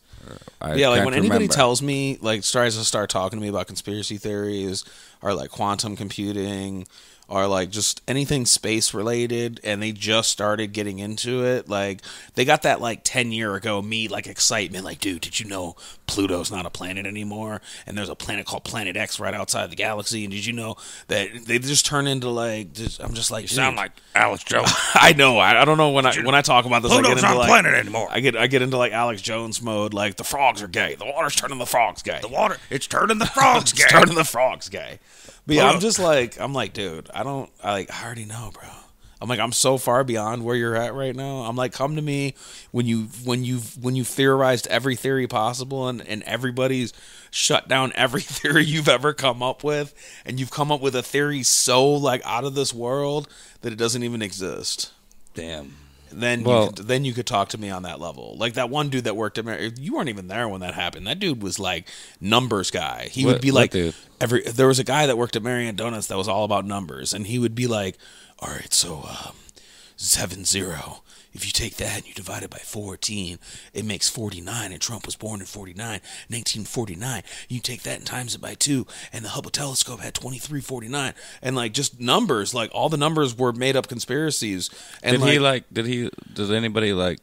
yeah, like when anybody tells me, like, starts to start talking to me about conspiracy theories or like quantum computing or like just anything space related, and they just started getting into it, like, they got that like 10 year ago me, like, excitement, like, dude, did you know Pluto's not a planet anymore? And there's a planet called Planet X right outside the galaxy, and did you know that they just turn into like, just, I'm just like, dude.
sound like Alex Jones.
I know. I, I don't know when I when I talk about this. I get
Pluto's
into
not a
like,
planet anymore.
I get I get into like Alex Jones mode. Like the frogs are gay. The water's turning the frogs gay.
The water, it's turning the frogs
It's
gay.
turning the frogs gay. But yeah, I'm
Look.
just like I'm like, dude. I don't. I like. I already know, bro. I'm like I'm so far beyond where you're at right now. I'm like, come to me when you when you've when you've theorized every theory possible and and everybody's shut down every theory you've ever come up with, and you've come up with a theory so like out of this world that it doesn't even exist
"Damn."
then
Well-
you could, then you could talk to me on that level. Like that one dude that worked at Mar- you weren't even there when that happened. That dude was like numbers guy. He would
What-
be
what
like
dude?
every there was a guy that worked at Marion Donuts that was all about numbers and he would be like, "All right, so um 7 0. If you take that and you divide it by 14, it makes 49, and Trump was born in 49, 1949. You take that and times it by 2, and the Hubble telescope had 2349. And, like, just numbers. Like, all the numbers were made up conspiracies. And,
did he like? Did he? Does anybody like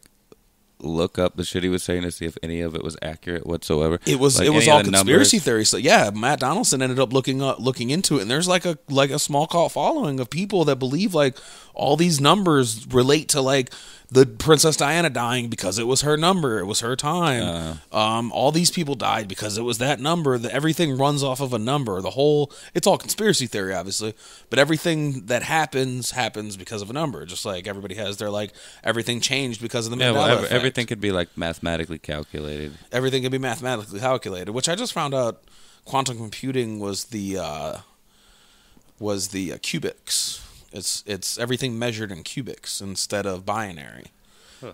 look up the shit he was saying to see if any of it was accurate whatsoever?
It was
Like,
it was
any of
all
the
conspiracy
numbers?
theories. So yeah, Matt Donaldson ended up looking up looking into it, and there's like a like a small cult following of people that believe like all these numbers relate to like the Princess Diana dying because it was her number, it was her time.
Uh.
Um, all these people died because it was that number. That everything runs off of a number. The whole it's all conspiracy theory, obviously, but everything that happens happens because of a number. Just like everybody has their like everything changed because of the
Yeah, well,
Mandela
ev-
effect
everything could be like mathematically calculated.
everything can be mathematically calculated, which I just found out quantum computing was the uh, was the uh, cubics. It's it's everything measured in cubics instead of binary.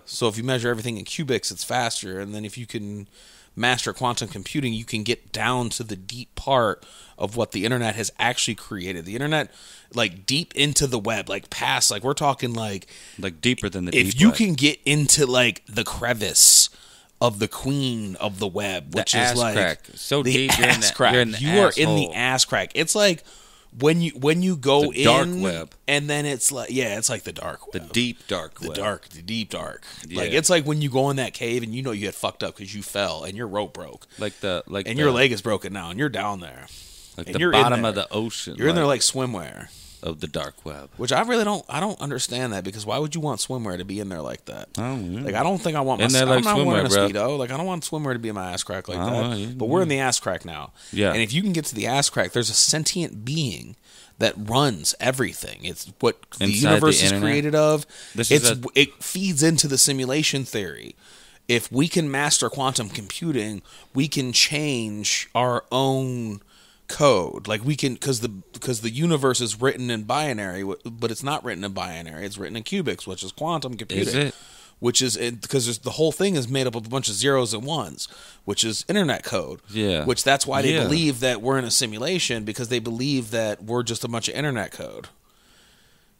So if you measure everything in cubics, it's faster. And then if you can master quantum computing, you can get down to the deep part of what the internet has actually created. The internet, like deep into the web, like past, like we're talking like
Like deeper than the
if
deep
you
web.
can get into like the crevice of the queen of the web, which
ass
is like
crack. So
the
deep, you're in
ass
the-
crack.
you're in the
you are in the
asshole.
ass crack. It's like when you when you go
The dark
in
web.
and then it's like yeah, it's like the dark
the
web.
deep dark
The
web.
dark, the deep dark. Like
Yeah.
it's like when you go in that cave and you know you had fucked up because you fell and your rope broke
like the like
and
the,
your leg is broken now and you're down there.
like
and
the
you're in
bottom of
there.
the ocean.
You're in there like swimwear,
of the dark web.
which I really don't. I don't understand that because why would you want swimwear to be in there like that?
Oh, yeah.
Like I don't think I want my.
And they're
I'm
like
not
swimwear,
wearing a
bro.
speedo. Like I don't want swimwear to be in my ass crack like
Oh,
that.
yeah,
but we're in the ass crack now.
Yeah.
And if you can get to the ass crack, there's a sentient being that runs everything. It's what the
Inside the
universe is
internet?
created of.
This is
it's
a-
it feeds into the simulation theory. If we can master quantum computing, we can change our own code. Like we can cuz the cuz the universe is written in binary, wh- but it's not written in binary. It's written in cubics, which is quantum computing
it?
which is because the whole thing is made up of a bunch of zeros and ones, which is internet code.
Yeah.
Which that's why they
Yeah.
believe that we're in a simulation because they believe that we're just a bunch of internet code.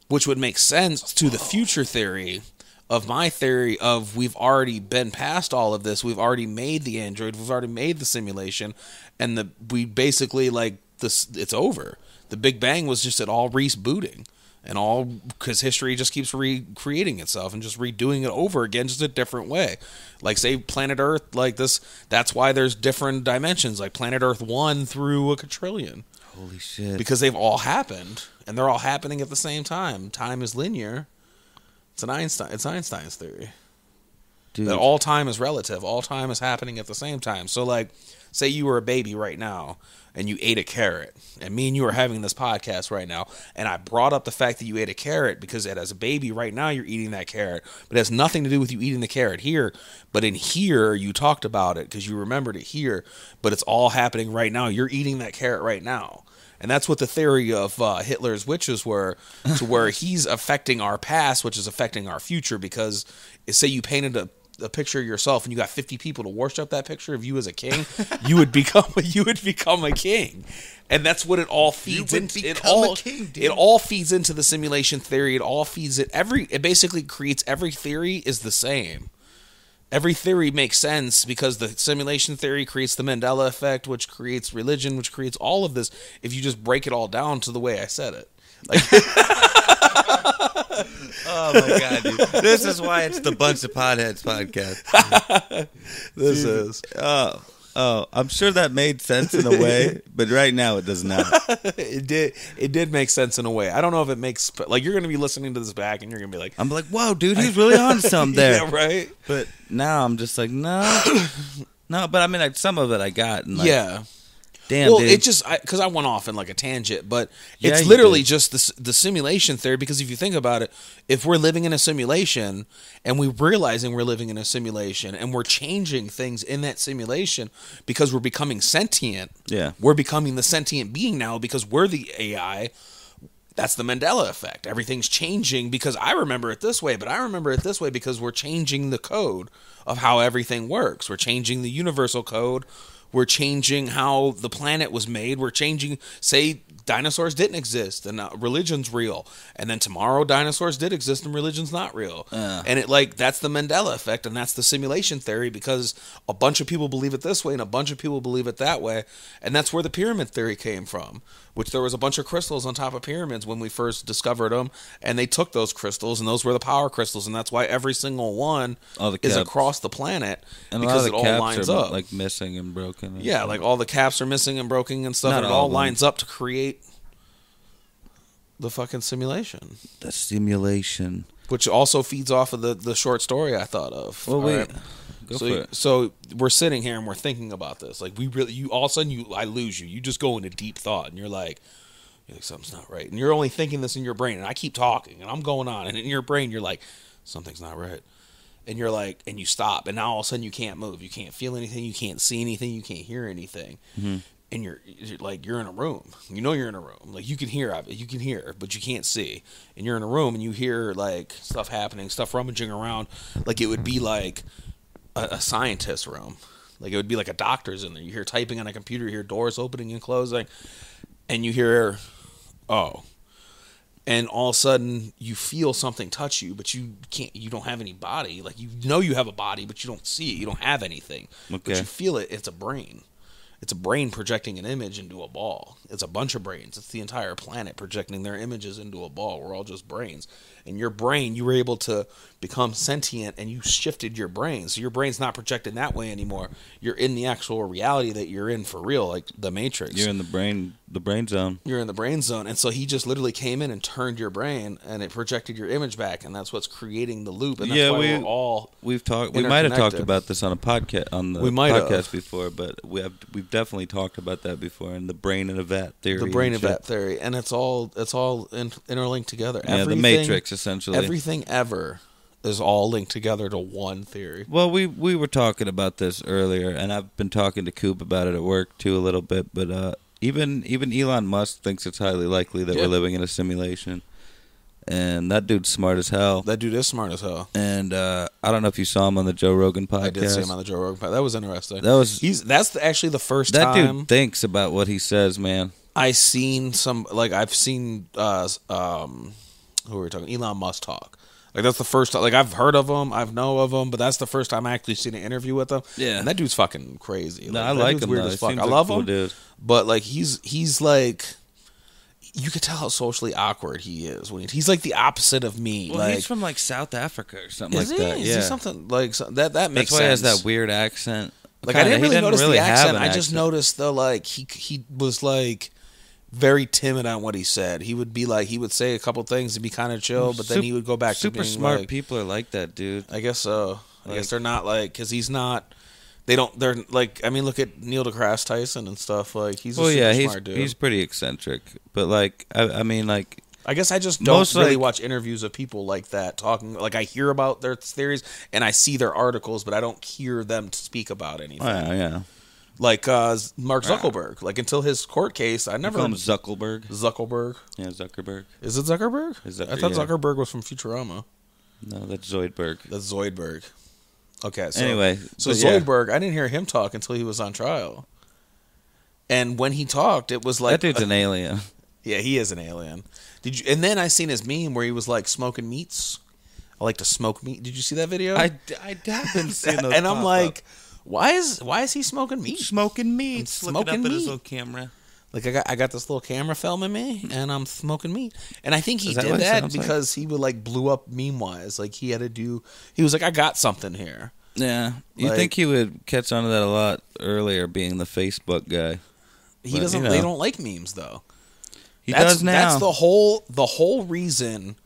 which would make sense to the future theory of my theory of we've already been past all of this. We've already made the android. We've already made the simulation, and the we basically like this. It's over. The Big Bang was just it all rebooting, and all because history just keeps recreating itself and just redoing it over again, just a different way. Like say planet Earth, like this. That's why there's different dimensions, like planet Earth one through a quadrillion
Holy shit.
because they've all happened and they're all happening at the same time. Time is linear. It's an Einstein. It's Einstein's theory
Dude.
that all time is relative. All time is happening at the same time. So, like, say you were a baby right now and you ate a carrot, and me and you are having this podcast right now, and I brought up the fact that you ate a carrot because that as a baby right now you're eating that carrot, but it has nothing to do with you eating the carrot here. But in here you talked about it because you remembered it here, but it's all happening right now. You're eating that carrot right now. And that's what the theory of uh, Hitler's witches were, to where he's affecting our past, which is affecting our future. Because say you painted a, a picture of yourself and you got 50 people to worship that picture of you as a king, you would become you would become a king. And that's what it all feeds
would
into. It
become
all,
a king, dude.
it all feeds into the simulation theory. It all feeds it. Every it basically creates every theory is the same every theory makes sense because the simulation theory creates the Mandela effect, which creates religion, which creates all of this. If you just break it all down to the way I said it,
Oh my god, dude. this is why it's the Bunch of Podheads podcast.
this is
Oh, oh, I'm sure that made sense in a way, but right now it does not.
it did it did make sense in a way. I don't know if it makes like you're gonna be listening to this back and you're gonna be like,
I'm like, whoa, dude, he's really on something there.
yeah, right,
But now I'm just like, no, no. But I mean, like some of it I got. And like,
yeah.
damn,
well,
dude.
it just because I, went off in like a tangent, but
Yeah,
it's
you
literally
did.
just the s- the simulation theory. Because if you think about it, if we're living in a simulation and we're realizing we're living in a simulation and we're changing things in that simulation because we're becoming sentient,
Yeah.
we're becoming the sentient being now because we're the AI. That's the Mandela effect. Everything's changing because I remember it this way, but I remember it this way because we're changing the code of how everything works. We're changing the universal code. We're changing how the planet was made. We're changing, say, dinosaurs didn't exist and uh, religion's real. And then tomorrow, dinosaurs did exist and religion's not real. And it, like, that's the Mandela effect and that's the simulation theory because a bunch of people believe it this way and a bunch of people believe it that way. And that's where the pyramid theory came from, which there was a bunch of crystals on top of pyramids when we first discovered them. And they took those crystals and those were the power crystals. And that's why every single one
All the
is
caps.
across the planet
and a lot
because
of the
it all
caps
lines
are
up.
like missing and broken. and
yeah,
stuff.
like all the caps are missing and broken and stuff.
Not
and it
all
all
of them.
lines up to create the fucking simulation,
the simulation.
which also feeds off of the, the short story I thought of.
Well,
All
wait,
right.
go
so,
for it.
so we're sitting here and we're thinking about this. Like we really, you all of a sudden you, I lose you. You just go into deep thought and you're like, you're like something's not right, and you're only thinking this in your brain. And I keep talking and I'm going on, and in your brain you're like, something's not right. And you're like, and you stop, and now all of a sudden you can't move, you can't feel anything, you can't see anything, you can't hear anything,
Mm-hmm.
and you're, you're like you're in a room. You know you're in a room. Like you can hear, ob- you can hear, but you can't see. And you're in a room, and you hear like stuff happening, stuff rummaging around. Like it would be like a, a scientist room. Like it would be like a doctor's in there. You hear typing on a computer, you hear doors opening and closing, and you hear, oh. And all of a sudden, you feel something touch you, but you can't. You don't have any body. Like you know you have a body, but you don't see it. You don't have anything. But
Okay.
you feel it. It's a brain. It's a brain projecting an image into a ball. It's a bunch of brains. It's the entire planet projecting their images into a ball. We're all just brains. And your brain, you were able to become sentient and you shifted your brain. So your brain's not projecting that way anymore. You're in the actual reality that you're in for real, like the Matrix.
You're in the brain, the brain zone.
You're in the brain zone. And so he just literally came in and turned your brain and it projected your image back. And that's what's creating the loop. And that's
Yeah,
why
we-
we, are all.
We've talked. We might have talked
Interconnected.
about this on a podcast on the
We might have.
podcast before, but we have we've definitely talked about that before. And the brain and a vat theory.
The brain
and
of
shit.
that theory, and it's all it's all in, interlinked together.
Yeah, the
Everything-
Matrix essentially.
Everything ever is all linked together to one theory.
Well, we we were talking about this earlier, and I've been talking to Coop about it at work too a little bit. But uh, even even Elon Musk thinks it's highly likely that
Yeah.
we're living in a simulation, and that dude's smart as hell.
That dude is smart as hell.
And uh, I don't know if you saw him on the Joe Rogan podcast.
I did see him on the Joe Rogan. pod- That was interesting.
That was-
he's that's the, actually the first
that
time
dude thinks about what he says, man.
I seen some like I've seen uh um who are we talking? Elon Musk talk. Like that's the first time. Like I've heard of him, I've know of him, but that's the first time I actually seen an interview with him.
Yeah.
and that dude's fucking crazy.
No,
Like,
I
that
like
dude's
him.
Weird
though.
as
He
fuck.
seems
I
like a
love
cool
him,
Dude.
but like he's he's like. You could tell how socially awkward he is when he, he's like the opposite of me.
Well,
like
he's from like South Africa or something
is
like
he?
that.
Is
yeah,
he something like so- that? That
that's
makes
why
sense.
he has that weird accent.
Like I
Kinda,
didn't
he
really notice
really
the
have
accent.
an
I just noticed the like he he was like very timid on what he said. He would be like he would say a couple things and be kind of chill, but then
Sup-
he would go back
Super
to being
smart
like,
people are like that, dude.
I guess so. I
Like-
guess they're not like because he's not. They don't. They're like. I mean, look at Neil deGrasse Tyson and stuff. Like he's
well,
a super
yeah, he's
smart dude.
he's pretty eccentric, but like I, I mean, like
I guess I just don't
Most,
really
like-
watch interviews of people like that talking. Like I hear about their theories and I see their articles, but I don't hear them speak about anything.
oh, yeah, yeah.
Like uh, Mark Zuckerberg. Like until his court case, I never
Call him Zuckerberg.
Zuckerberg.
Yeah, Zuckerberg.
Is it Zuckerberg?
Is that-
I thought
yeah.
Zuckerberg was from Futurama.
No, that's Zoidberg.
That's Zoidberg. Okay. So,
Anyway,
so
but yeah.
Zoidberg, I didn't hear him talk until he was on trial. And when he talked, it was like, uh,
that dude's an alien.
yeah, he is an alien. Did you? And then I seen his meme where he was like smoking meats. I like to smoke meat. Did you see that video?
I I haven't seen those.
and
pop
I'm
up.
like, why is why is he smoking meat?
smoking meats.
I'm smoking
Look it up at
meat.
his little camera.
Like I got I got this little camera filming me and I'm smoking meat. And I think he
Is that
did
what it
that
sounds like?
because he would like blew up meme wise. Like he had to do he was like, I got something here.
Yeah, you
Like-
think he would catch on to that a lot earlier, being the Facebook guy.
He
But,
doesn't
you
they
know.
don't like memes though.
He
that's,
does now.
That's the whole the whole reason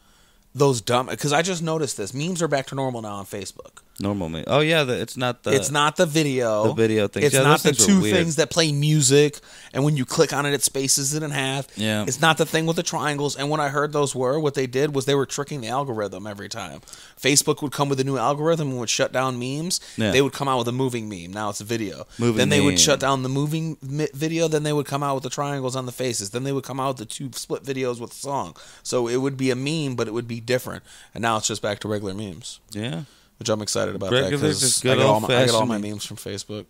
those dumb because I just noticed this. Memes are back to normal now on Facebook.
normal me. Oh yeah, the, it's not the.
it's not the video.
the video things.
It's
Yeah,
not
those
the
things were
two
weird.
things that play music, and when you click on it, it spaces it in half.
Yeah.
It's not the thing with the triangles. And when I heard those were, what they did was they were tricking the algorithm every time. Facebook would come with a new algorithm and would shut down memes.
Yeah.
They would come out with a moving meme. Now it's a video.
Moving
then they
meme.
would shut down the moving mi- video. Then they would come out with the triangles on the faces. Then they would come out with the two split videos with song. So it would be a meme, but it would be different. And now it's just back to regular memes
Yeah,
which I'm excited about
Greg,
that
if there's
because
just
I,
good
get all my- I get all
old-fashioned-
my memes from Facebook.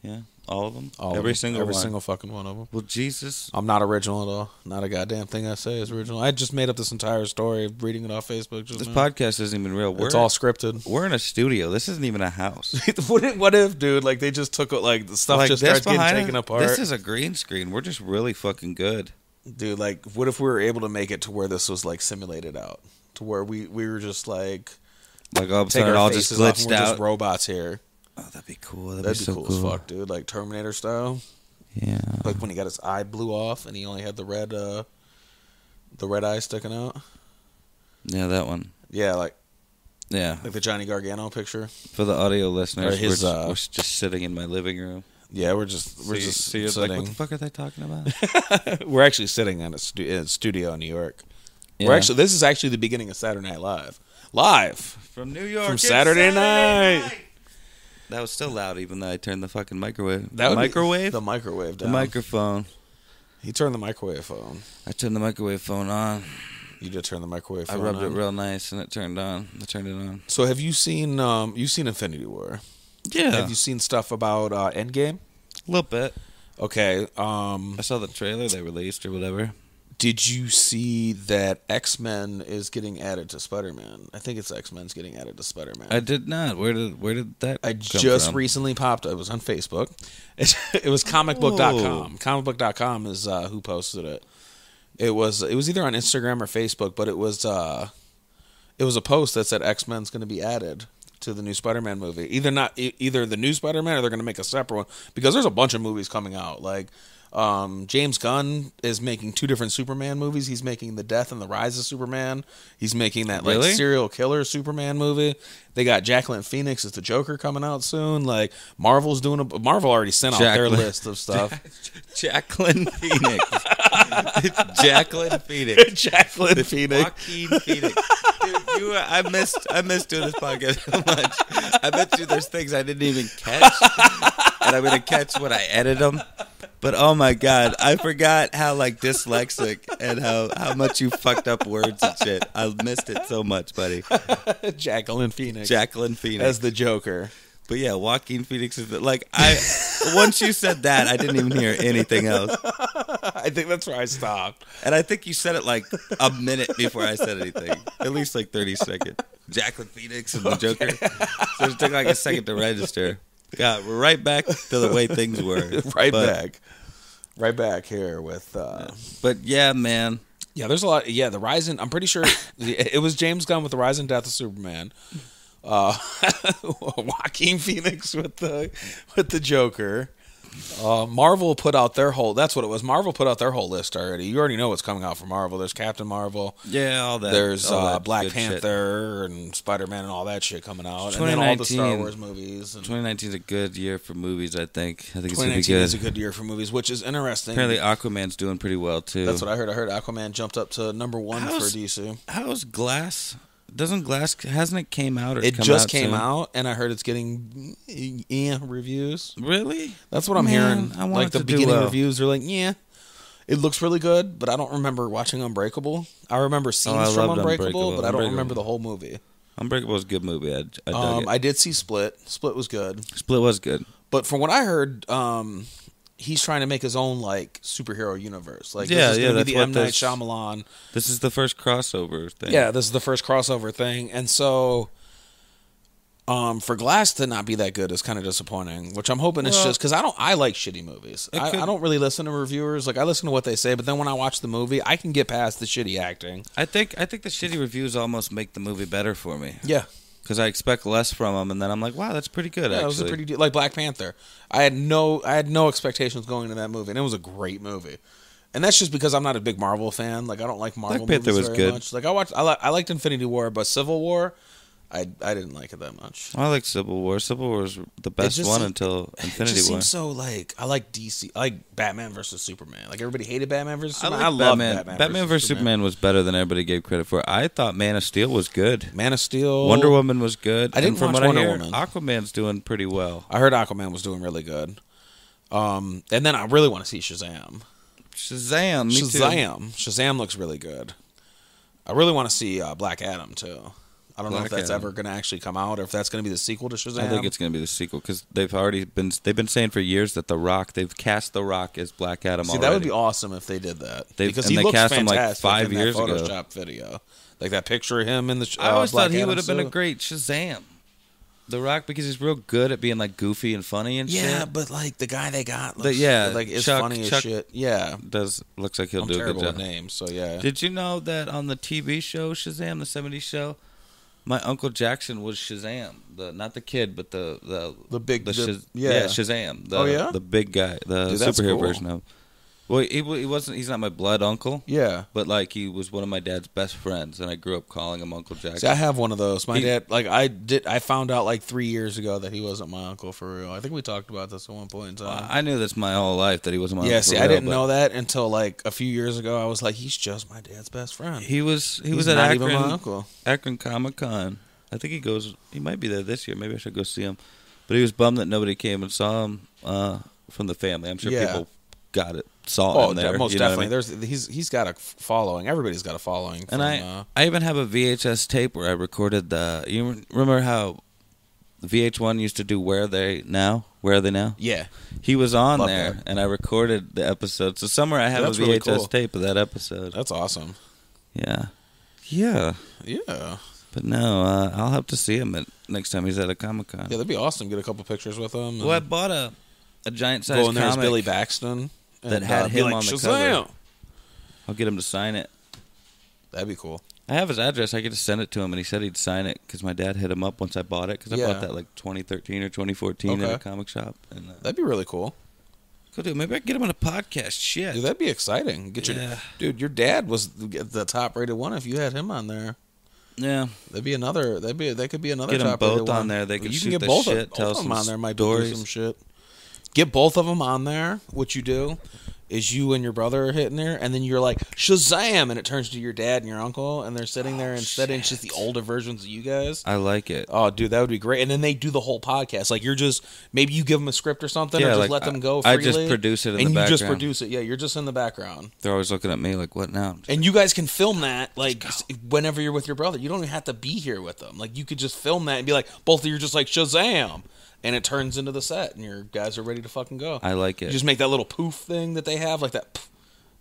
yeah, all of them.
All of
every
them.
single
every
one.
single fucking one of them.
Well, Jesus.
I'm not original at all. Not a goddamn thing I say is original. I just made up this entire story, reading it off Facebook. Just
This
now.
podcast isn't even real. We're,
it's all scripted.
we're in a studio. This isn't even a house.
what, if, what if, dude? Like they just took like the stuff just starts getting
behind
taken
us-
apart.
This is a green screen. We're just really fucking good.
dude like what if we were able to make it to where this was like simulated out to where we we were just like
Like all of a
take
sudden,
our
it all
faces
just
off
glitched
and we're
out.
just robots here
oh, that'd be cool. That'd,
that'd
be,
be
so
cool,
cool.
as fuck dude like terminator style
Yeah.
like when he got his eye blew off and he only had the red uh the red eye sticking out
Yeah, that one.
yeah like
Yeah.
like the johnny gargano picture
For the audio listeners,
Or his,
we're, just,
uh,
we're just sitting in my living room.
yeah we're just we're
So you-
just
so you're like,
sitting
what the fuck are they talking about?
we're actually sitting in a, stu- in a studio in new york
Yeah.
we're actually this is actually the beginning of saturday night live live
from New York.
from
it's
saturday, night,
That was still loud, even though I turned the fucking microwave.
That would be-
microwave.
the microwave
the
down.
microphone.
he turned the microwave on
I turned the microwave phone on.
you did turn the microwave
I
phone
rubbed
on.
it real nice, and it turned on. I turned it on.
so have you seen um you've seen infinity war
Yeah,
have you seen stuff about uh endgame
a little bit.
okay um
I saw the trailer they released or whatever.
Did you see that X Men is getting added to Spider Man? I think it's X Men's getting added to Spider Man.
I did not. Where did where did that?
I
come
just
from?
recently popped. It was on Facebook. It, it was comicbook.com. Comicbook.com is uh, who posted it. It was it was either on Instagram or Facebook, but it was uh, it was a post that said X Men's going to be added to the new Spider Man movie. Either not e- either the new Spider Man or they're going to make a separate one because there's a bunch of movies coming out. Like um, James Gunn is making two different Superman movies. He's making the Death and the Rise of Superman. He's making that like
Really?
serial killer Superman movie. They got Jacqueline Phoenix as the Joker coming out soon. Like Marvel's doing a Marvel already sent out their
Jacqueline-
list of stuff.
Jacqueline Phoenix. it's Jacqueline Phoenix.
Jacqueline Phoenix.
Joaquin Phoenix. Dude, you, I missed. I missed doing this podcast so much. I bet you there's things I didn't even catch, and I'm gonna catch when I edit them. But oh my god, I forgot how like dyslexic and how how much you fucked up words and shit. I missed it so much, buddy.
Jacqueline Phoenix
Jacqueline Phoenix
as the Joker.
But yeah, Joaquin Phoenix is the, like I. once you said that, I didn't even hear anything else,
I think that's where I stopped.
and I think you said it like a minute before I said anything, at least like thirty seconds. Jacqueline Phoenix and the Joker. So it took like a second to register. Yeah, we're right back to the way things were.
Right
But-
back. Right back here with uh
But yeah, man.
Yeah, there's a lot. Yeah, the Rise and I'm pretty sure the- it was James Gunn with the Rise and Death of Superman. Uh, Joaquin Phoenix with the with the Joker. Uh, Marvel put out their whole. That's what it was. Marvel put out their whole list already. You already know what's coming out for Marvel. There's Captain Marvel.
Yeah, all that.
There's
all
uh,
that
Black
good shit.
Panther and Spider Man and all that shit coming out, and then all the Star
2019.
Wars movies. And
2019 is a good year for movies. I think. I think it's gonna be
2019
good.
is a good year for movies, which is interesting.
Apparently, Aquaman's doing pretty well too.
that's what I heard. I heard Aquaman jumped up to number one for
How's-
DC.
How's Glass? Doesn't Glass hasn't it came out or
It
come
just
out
came
soon?
out, and I heard it's getting mm, yeah reviews.
Really?
That's what I'm
Man,
hearing.
I want
like
it
the
to do
beginning
well.
reviews are like, yeah, it looks really good, but I don't remember watching Unbreakable. I remember scenes
Oh, I
from
loved
Unbreakable,
Unbreakable.
but I don't
Unbreakable.
remember the whole movie.
Unbreakable was a good movie. I, I dug
Um,
it.
I did see Split. Split was good,
Split was good.
but from what I heard, um, he's trying to make his own like superhero universe. Like,
Yeah,
this is
yeah,
gonna
that's
be the
what
M Night
this-
Shyamalan.
This is the first crossover thing.
Yeah, this is the first crossover thing, and so um, for Glass to not be that good is kind of disappointing. Which I'm hoping it's
Well-
just because I don't I like shitty movies.
It
I,
could-
I don't really listen to reviewers. Like I listen to what they say, but then when I watch the movie, I can get past the shitty acting.
I think I think the shitty reviews almost make the movie better for me
Yeah,
because I expect less from them, and then I'm like, wow, that's pretty good.
yeah,
actually,
it was a pretty de- like Black Panther. I had no I had no expectations going into that movie, and it was a great movie. And that's just because I'm not a big Marvel fan. Like I don't like Marvel
Black Panther
movies
was
very
good.
much. Like I watched I, li- I liked Infinity War, but Civil War, I I didn't like it that much.
I like Civil War. Civil War was the best
just
one
seem-
until Infinity
it just
War.
seems so like I like DC, I like Batman versus Superman. Like everybody hated Batman versus
I
Superman.
like
I, love
Batman.
Batman.
Batman, versus Superman was better than everybody gave credit for. I thought Man of Steel was good.
Man of Steel,
Wonder Woman was good.
Oh. I didn't
and from
watch
what
Wonder
I hear,
Woman.
Aquaman's doing pretty well.
I heard Aquaman was doing really good. Um, and then I really want to see Shazam.
Shazam! Me Too.
Shazam, Shazam looks really good. I really want to see uh, Black Adam too. I don't know if
Black
that's
Adam.
ever going to actually come out, or if that's going to be the sequel to Shazam.
I think it's going to be the sequel because they've already been they've been saying for years that the Rock they've cast the Rock as Black Adam.
See,
already.
that would be awesome if they did that
They-
because
and
he
they
looks
cast him, like,
fantastic
five
in that
years ago.
Photoshop video. Like that picture of him in the. sh-
I
uh,
always
Black
thought he
Adam
would have been a
suit.
great Shazam, the Rock, because he's real good at being like goofy and funny and
Yeah,
shit.
but like the guy they got, looks,
But, yeah,
like it's
Chuck-
funny as
Chuck-
shit. Yeah,
Does looks like he'll
I'm
do a good
terrible
job.
with names, so yeah.
Did you know that on the TV show Shazam, the '70s show, my uncle Jackson was Shazam, the not the kid, but the the
The big-
the
the-
Shaz-
yeah.
Shazam, the,
Oh, yeah?
the big guy, the
Dude, that's cool.
superhero version of. Well, he, wa- he wasn't. He's not my blood uncle,
yeah.
but like he was one of my dad's best friends, and I grew up calling him Uncle Jackson.
See, I have one of those. My
He-
dad, like, I did. I found out like three years ago that he wasn't my uncle for real. I think we talked about this at one point in time.
I knew this my whole life that he wasn't my
uh, yeah,
uncle.
see,
for
I
real,
didn't
but
know that until like a few years ago. I was like, he's just my dad's best friend.
He was he
He's
was at
not
Akron,
even my uncle.
Akron Comic Con. I think he goes. He might be there this year. Maybe I should go see him. But he was bummed that nobody came and saw him uh, from the family. I'm sure
Yeah.
people got it, saw
Oh,
him
de-
there.
most
you know what I
definitely.
mean?
There's he's he's got a f- following. Everybody's got a following. From,
And I,
uh,
I even have a VHS tape where I recorded the. You rem- remember how VH1 used to do Where Are They Now? Where Are They Now?
yeah,
He was on
Love
there,
that.
and I recorded the episode. So somewhere I have
That's
a VHS
really cool.
tape of that episode.
that's awesome.
Yeah, yeah.
Yeah,
But no, uh, I'll have to see him at, next time he's at a Comic Con.
yeah, that'd be awesome. Get a couple pictures with him. and-
Well, I bought a a giant size
go in
comic.
there as Billy Baxton uh,
that had
be
him on the cover.
"Shazam!"
I'll get him to sign it.
That'd be cool.
I have his address. I could just send it to him, and he said he'd sign it because my dad hit him up once I bought it because I
Yeah.
bought that like 2013 or 2014 at
Okay.
a comic shop. And uh,
That'd be really cool.
cool, dude. Maybe I can get him on a podcast. Shit.
Dude, that'd be exciting. Get your
Yeah.
dude. Your dad was the the top rated one. If you had him on there,
yeah.
that'd be another. That'd be that could be another.
Get 'em
top
both
one.
on there. They could
you
shoot
can get
the
both of,
shit,
both
tell
of them
some
on there. Might do
stories.
some shit. Get both of them on there. What you do is you and your brother are hitting there, and then you're like Shazam, and it turns to your dad and your uncle, and they're
Oh,
sitting there instead. And it's just the older versions of you guys.
I like it.
Oh, dude, that would be great. And then they do the whole podcast. Like you're just maybe you give them a script or something,
Yeah,
or just
like,
let them go.
I- I
Freely,
just produce it
and
in the
you just
background.
produce it. Yeah, you're just in the background,
They're always looking at me like, "What now?"
and you guys can film that like whenever you're with your brother. You don't even have to be here with them. Like you could just film that and be like, both of you are just like Shazam, and it turns into the set, and your guys are ready to fucking go.
I like
You
it.
just make that little poof thing that they have, like that, pff,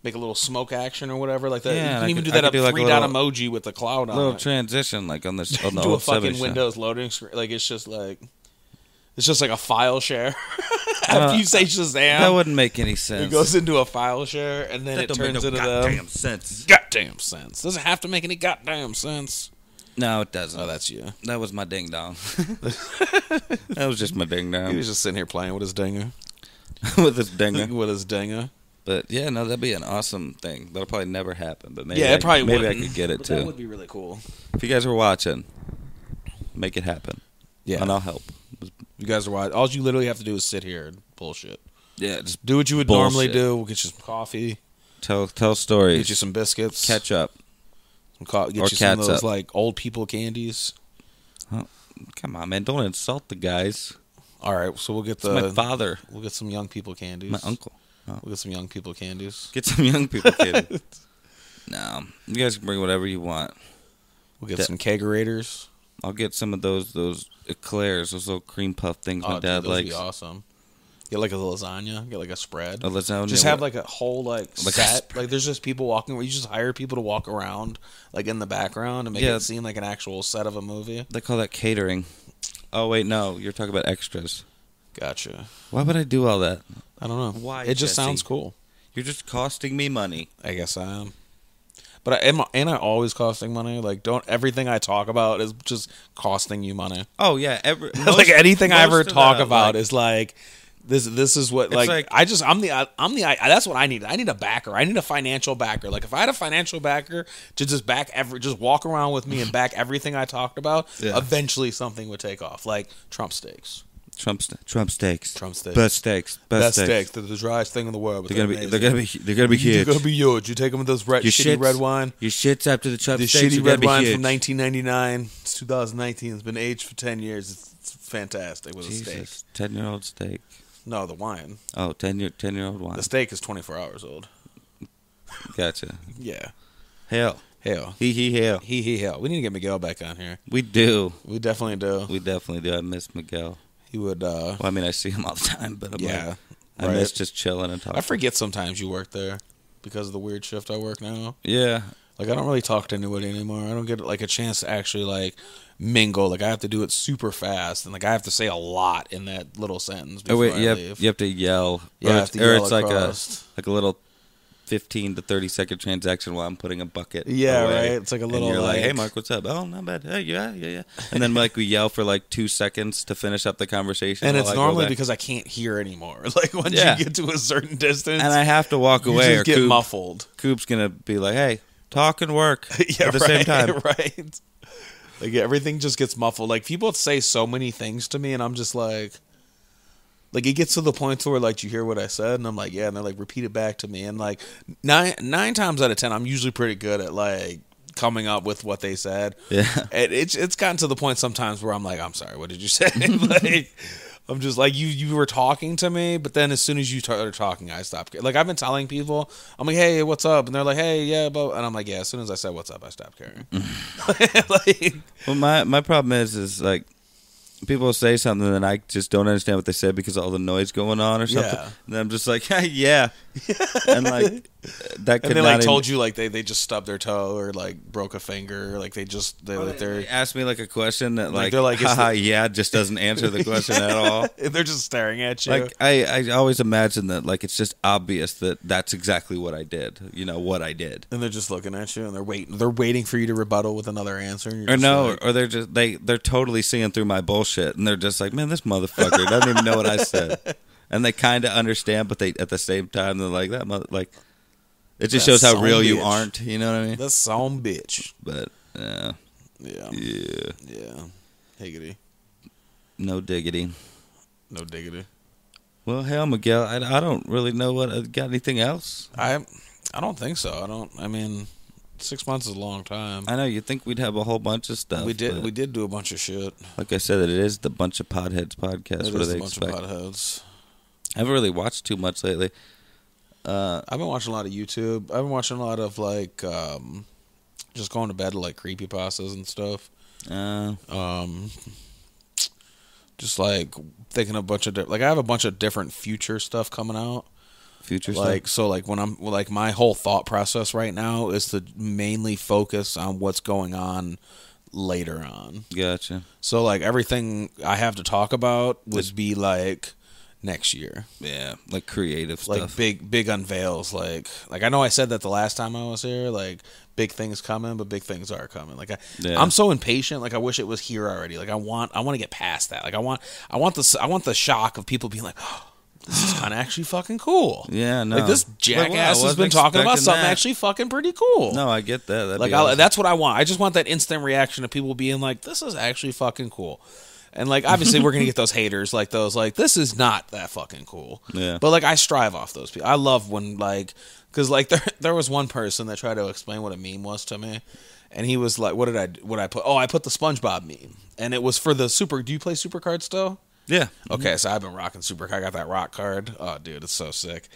make a little smoke action or whatever, like that.
Yeah,
you
and
can
I
even
could-
do that
I
up
could do, like, a
three dot
little-
emoji with the cloud on
little
it.
transition, like on the sh- on the
do a
old Oh, seven
fucking
show.
Windows loading screen. Like it's just like it's just like a file share. After you say Shazam,
Uh, That wouldn't make any sense.
it goes into a file share, and then it
don't make
turns
no
into
goddamn
the
sense.
goddamn sense. Doesn't have to make any goddamn sense.
no, it doesn't.
Oh, that's you.
that was my ding dong. that was just my ding
He
dong
was just sitting here playing with his dinger,
with this dinger.
with his dinger.
But yeah, no, that'd be an awesome thing. That'll probably never happen. But maybe
Yeah, it
I,
probably
maybe I
wouldn't.
could get it
But
too.
that would be really cool.
if you guys are watching, make it happen.
Yeah,
and I'll help.
you guys are watching. All you literally have to do is sit here and bullshit.
Yeah, just
Do what you would normally
Bullshit.
do. We'll get you some coffee.
tell tell stories.
Get you some biscuits.
catch up.
some co- get
or
you some of
catsup.
those like old people candies.
Come on, man! Don't insult the guys.
All right, so we'll get
It's my
the
father,
we'll get some young people candies.
my uncle.
We'll get some young people candies.
Get some young people kidding. no, you guys can bring whatever you want.
We'll get
That-
some kegerators.
I'll get some of those those eclairs, those little cream puff things my
Oh, dude,
dad
those would
likes. Oh,
be awesome. Get like a lasagna. Get like a spread.
A lasagna.
just have like a whole like,
Like a
set. Like there's just people walking. You just hire people to walk around like in the background and make
Yeah.
it seem like an actual set of a movie.
they call that catering. Oh wait, no, you're talking about extras.
Gotcha.
Why would I do all that?
I don't know.
Why,
It just
Jesse?
sounds cool.
You're just costing me money.
I guess I am. But I am, and I always costing money. Like, don't everything I talk about is just costing you money.
Oh yeah, every
like anything I ever talk about
is.
is like this. This is what like,
like-
I just I'm the I'm the I, that's what I need. I need a backer. I need a financial backer. Like if I had a financial backer to just back every just walk around with me and back everything I talked about,
Yeah.
eventually something would take off. Like Trump steaks,
Trump st- Trump steaks.
Trump steaks.
Best steaks. Best,
best
steaks.
steaks. They're the driest thing in the world. But
They're gonna be. They're gonna be. They're gonna be
They're
huge.
gonna be huge. You take them with those red,
your
shitty
shits-
red wine.
Your shits after the Trump
The
steaks. are
shitty
gonna
red
be
wine
huge.
from 1999. It's 2019. It's been aged for 10 years. It's, it's fantastic with a steak.
Jesus, ten year old steak.
No, the wine.
Oh, 10 year ten year old wine.
The steak is 24 hours old.
Gotcha.
Yeah.
Hell,
Hell.
he he hell.
He, he, hell. We need to get Miguel back on here.
We do.
We definitely do.
We definitely do. I miss Miguel.
He would, uh,
Well, I mean, I see him all the time, but I'm
yeah.
like, I
right.
miss just chilling and talking.
I forget sometimes you work there because of the weird shift I work now.
Yeah,
Like I don't really talk to anybody anymore. I don't get like a chance to actually like mingle. Like I have to do it super fast, and like I have to say a lot in that little sentence.
Oh
Before
wait,
I
you have,
leave.
you have to yell.
Yeah, I
or
have
it's,
to
or
yell
it's like a
across.
like a little fifteen to thirty second transaction while I'm putting a bucket.
Yeah,
away.
right? It's like a
And
little,
you're like, hey
like-
Mark, what's up? Oh, not bad. Hey, yeah, yeah, yeah. And then like we yell for like two seconds to finish up the conversation.
and
while
it's
I go
normally
back.
because I can't hear anymore. Like once
Yeah.
you get to a certain distance,
and I have to walk
you
away
just
or
get
Coop,
muffled.
Coop's gonna be like, hey, talk and work
yeah,
at the
right,
same time.
right? Like everything just gets muffled. Like people say so many things to me, and I'm just like, like it gets to the point to where like you hear what I said, and I'm like, yeah, and they're like repeat it back to me, and like nine nine times out of ten, I'm usually pretty good at like coming up with what they said.
Yeah.
and it's it's gotten to the point sometimes where I'm like, I'm sorry, what did you say? like. I'm just like you. You were talking to me, but then as soon as you started talking, I stopped. Like I've been telling people, I'm like, "Hey, what's up?" And they're like, "Hey, yeah," but and I'm like, "Yeah." As soon as I said, "What's up?" I stopped caring.
Mm.
like,
Well, my my problem is is like people say something and I just don't understand what they said because of all the noise going on or something.
Yeah.
And I'm just like, yeah, and like that could
and they
not
like
even-
told you like they they just stubbed their toe or like broke a finger. Or, like they just they like
Oh, They
they're
asked me like a question that like,
they're like, it's
haha,
the-
yeah, just doesn't answer the question at all.
they're just staring at you.
Like I, I always imagine that like it's just obvious that that's exactly what I did. You know what I did.
and they're just looking at you, and they're waiting. They're waiting for you to rebuttal with another answer. And you're
Or
just
no,
like-
or they're just they they're totally seeing through my bullshit, and they're just like, man, this motherfucker doesn't even know what I said, and they kind of understand, but they at the same time they're like that mother like, it just
That
shows how
son
real you
bitch.
aren't, you know what I mean?
that's some bitch.
But uh,
Yeah,
yeah,
yeah. Higgity,
no diggity.
no diggity.
Well, hell, Miguel, I, I don't really know what I got anything else.
I I don't think so. I don't. I mean, six months is a long time.
I know you think we'd have a whole bunch of stuff.
we did
but
we did do a bunch of shit.
like I said, it is the bunch of podheads podcast.
It
what do
is
they
a bunch
expect?
of potheads.
I haven't really watched too much lately.
I've been watching a lot of YouTube. I've been watching a lot of like um, just going to bed to like creepy pastas and stuff.
Uh,
Um, Just like thinking a bunch of di- like I have a bunch of different future stuff coming out.
Future
Like so, like when I'm well, like my whole thought process right now is to mainly focus on what's going on later on.
stuff? Gotcha.
So like everything I have to talk about would be like next year.
Yeah, like creative
Like
stuff.
big big unveils like like I know I said that the last time I was here like big things coming but big things are coming. Like I
Yeah.
I'm so impatient like I wish it was here already. Like I want I want to get past that. Like I want I want the s- I want the shock of people being like "Oh, this is kind of actually fucking cool.
Yeah, no.
Like this
Like, wow, I
jackass has
wasn't
been talking about
expecting
something
that.
actually fucking pretty cool.
no, I get that. That'd
Like
be
I,
awesome.
that's what I want. I just want that instant reaction of people being like, "This is actually fucking cool," and like obviously we're gonna get those haters, like those like, "This is not that fucking cool."
Yeah.
But like I strive off those people. I love when like because like there there was one person that tried to explain what a meme was to me, and he was like, "What did I what I put? Oh, I put the SpongeBob meme, and it was for the super. Do you play Super Card still?
yeah.
Okay, so I've been rocking Super. I got that rock card. Oh, dude, it's so sick.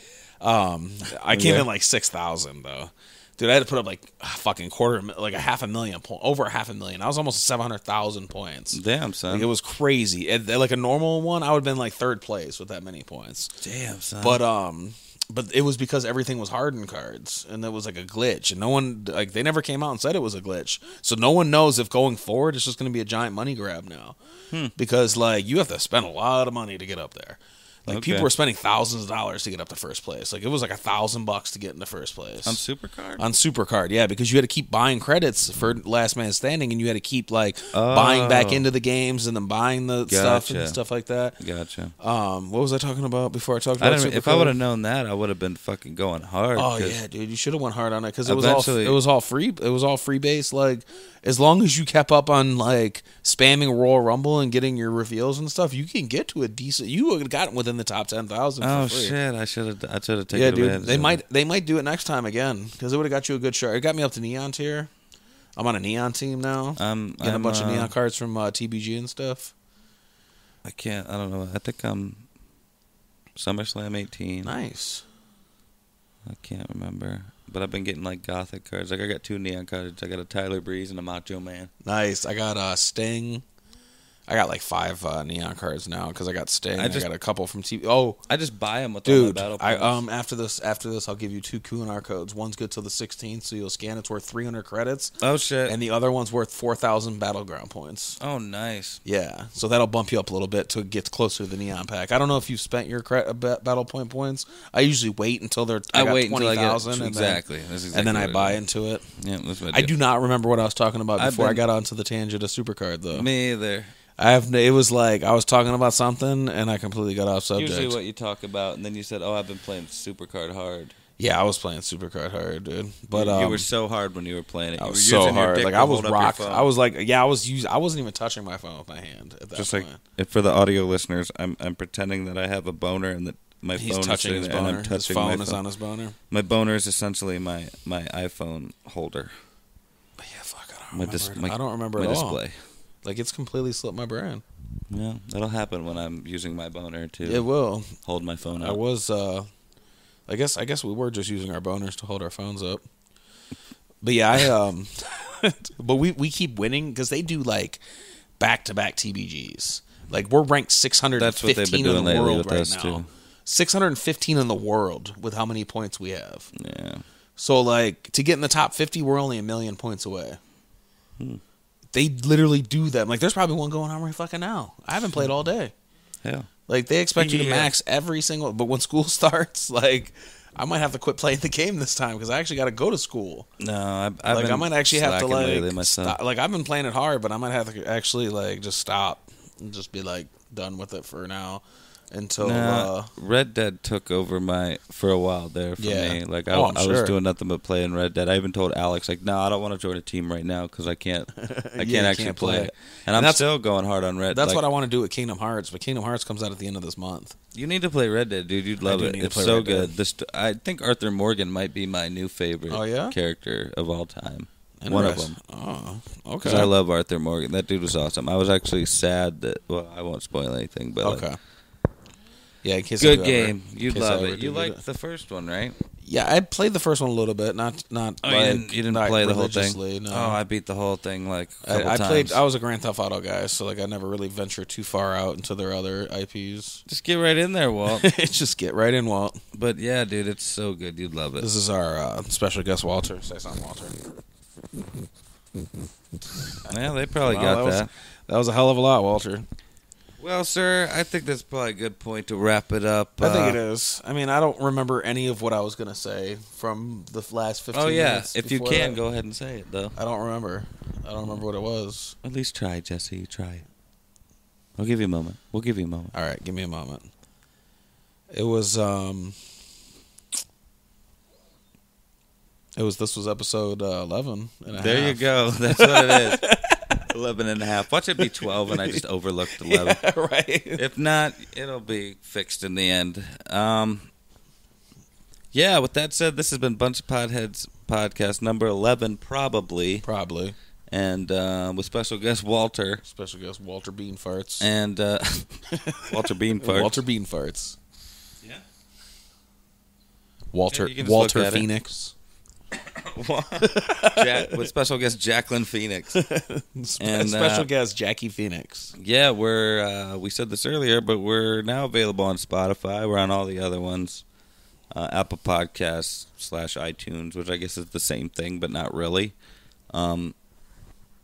Um, I came in like six thousand though, dude. I had to put up like a fucking quarter, of a mil- like a half a million point, over a half a million. I was almost seven hundred thousand points.
Damn son.
Like, it was crazy. And, like a normal one, I would have been like third place with that many points.
Damn son.
But um, but it was because everything was hardened cards, and there was like a glitch, and no one like they never came out and said it was a glitch, so no one knows if going forward it's just going to be a giant money grab now,
Hmm.
because like you have to spend a lot of money to get up there. Like
Okay.
people were spending thousands of dollars to get up to first place. Like it was like a thousand bucks to get into first place
I'm super card.
on Supercard, yeah, because you had to keep buying credits for Last Man Standing, and you had to keep like buying back into the games and then buying the stuff and
Oh. Gotcha.
stuff like that.
Gotcha.
Um, what was I talking about before I talked
I
about?
don't. If I
Supercard?
would have known that, I would have been fucking going hard.
Oh
'cause-
yeah, dude, you should have went hard on it because it was all
Eventually-
it was all free. It was all free base. Like as long as you kept up on like spamming Royal Rumble and getting your reveals and stuff, you can get to a decent. You would have gotten within the top ten thousand.
Oh
free.
shit! I should have. I should have taken.
Yeah, dude.
advantage
They
of
might
it.
they might do it next time again because it would have got you a good shot. It got me up to neon tier. I'm on a neon team now.
I'm-
getting
I'm,
a bunch of
uh,
neon cards from uh, TBG and stuff.
I can't. I don't know. I think I'm. SummerSlam 18.
Nice.
I can't remember. But I've been getting like gothic cards. Like I got two neon cards. I got a Tyler Breeze and a Macho Man.
Nice. I got uh, Sting. I got like five uh, neon cards now because I got Sting.
I
I,
just-
got a couple from TV. Oh,
I just buy them with
dude.
all my battle
I
points.
um after this after this I'll give you two QR codes. One's good till the 16th, so you'll scan. It's worth 300 credits,
oh shit.
and the other one's worth 4,000 battleground points.
oh nice.
Yeah, so that'll bump you up a little bit to get closer to the neon pack. I don't know if you've spent your cre- ba- battle point points. I usually wait until they're I,
I
got
wait until I
twenty
get-
thousand
exactly.
and then,
That's
and then
exactly
I
what I
buy
do.
into it.
Yeah, that's what
I do not remember what I was talking about
I've
before I
been-
got onto the tangent of supercard though.
Me either.
I have it was like I was talking about something and I completely got off subject.
Usually, what you talk about, and then you said, "Oh, I've been playing Supercard hard."
yeah, I was playing supercard hard, dude. But
you, you
um,
were so hard when you were playing it.
I
You
was
were
so
using your
hard.
dick
Like
to
I was
hold up your
rocked.
phone.
I was like, yeah, I was using. I wasn't even touching my phone with my hand at that
just like
point.
if for the audio listeners, I'm I'm pretending that I have a boner and that my
He's
phone is
touching
sitting
his
there
boner.
and I'm touching
his phone
my
is
phone.
on his boner.
My boner is essentially my my iPhone holder.
But yeah, fuck, I don't
My
remember.
dis-
it.
my-
I don't remember
My
at
display.
all. Like it's completely slipped my brain.
Yeah, that'll happen when I'm using my boner to
It will.
hold my phone
I
up.
was. uh I guess. I guess we were just using our boners to hold our phones up. But yeah, I. um But we we keep winning because they do like back to back TBGs. Like we're ranked 615
That's what they've been
in
doing
the
lately
world
with
right
us,
now.
too.
615 in the world with how many points we have.
Yeah.
So like to get in the top 50, we're only a million points away.
Hmm.
They literally do that. Like there's probably one going on right fucking now. I haven't played all day.
Yeah.
Like they expect you to
Yeah.
max every single. But when school starts, like I might have to quit playing the game this time because I actually got to go to school.
No, I, I've
Like
been
I might actually have to
slacking lately
like
myself.
stop. Like I've been playing it hard, but I might have to actually like just stop and just be like done with it for now until.
Nah,
uh
Red Dead took over my for a while there for
Yeah.
me. Like I,
Oh, I'm
I
sure.
was doing nothing but playing Red Dead. I even told Alex like, "No, I don't want to join a team right now because I can't. I can't
you
actually
can't
play
play.
it." And, I'm
that's-
still going hard on Red.
That's
like,
what I want to do with Kingdom Hearts, but Kingdom Hearts comes out at the end of this month.
You need to play Red Dead, dude. You'd love
do
it.
need to
It's
play
so
Red Dead.
good. This I think Arthur Morgan might be my new favorite.
Oh, yeah?
character of all time. One of them.
Interest- Oh, okay.
Because I love Arthur Morgan. That dude was awesome. I was actually sad that. Well, I won't spoil anything, but like,
Okay. Yeah, in case I do
good
ever-
game.
in
You'd
case I
love
ever
it.
do
You
do
liked the first one, right?
that. Yeah, I played the first one a little bit, not not
Oh,
like,
you didn't, you didn't
not
play the whole
religiously,
thing.
No.
Oh, I beat the whole thing like a couple
I, I
times.
played. I was a Grand Theft Auto guy, so like I never really ventured too far out into their other IPs.
Just get right in there, Walt.
Just get right in, Walt.
but yeah, dude, it's so good. You'd love it.
This is our uh, special guest, Walter. Say something, Walter.
Yeah, they probably
Wow,
got
that
that.
was- That was a hell of a lot, Walter.
Well, sir, I think that's probably a good point to wrap it up.
I think
Uh,
it is. I mean, I don't remember any of what I was gonna say from the last fifteen.
Oh yeah,
minutes
if you
before
can,
that.
go ahead and say it though.
I don't remember. I don't remember what it was.
At least try, Jesse. You try. I'll give you a moment. We'll give you a moment.
All right, give me a moment. It was um It was this was episode uh, 11 and a
There you
half.
go. That's what it is. 11 and a half. Watch it be 12 and I just overlooked 11.
right.
If not, it'll be fixed in the end. Um, yeah, with that said, this has been Bunch of Podheads podcast number 11 probably
Probably.
and uh, with special guest Walter
Special guest Walter Bean farts.
and uh, Walter Bean Park.
Walter Bean farts.
Yeah.
Walter
Yeah, you can just
Walter
look at it.
Phoenix.
Jack, with special guest Jacqueline Phoenix. And,
special
uh,
guest Jackie Phoenix.
Yeah, we're uh, we said this earlier, but we're now available on Spotify. We're on all the other ones, uh, Apple Podcasts slash iTunes, which I guess is the same thing, but not really. Um,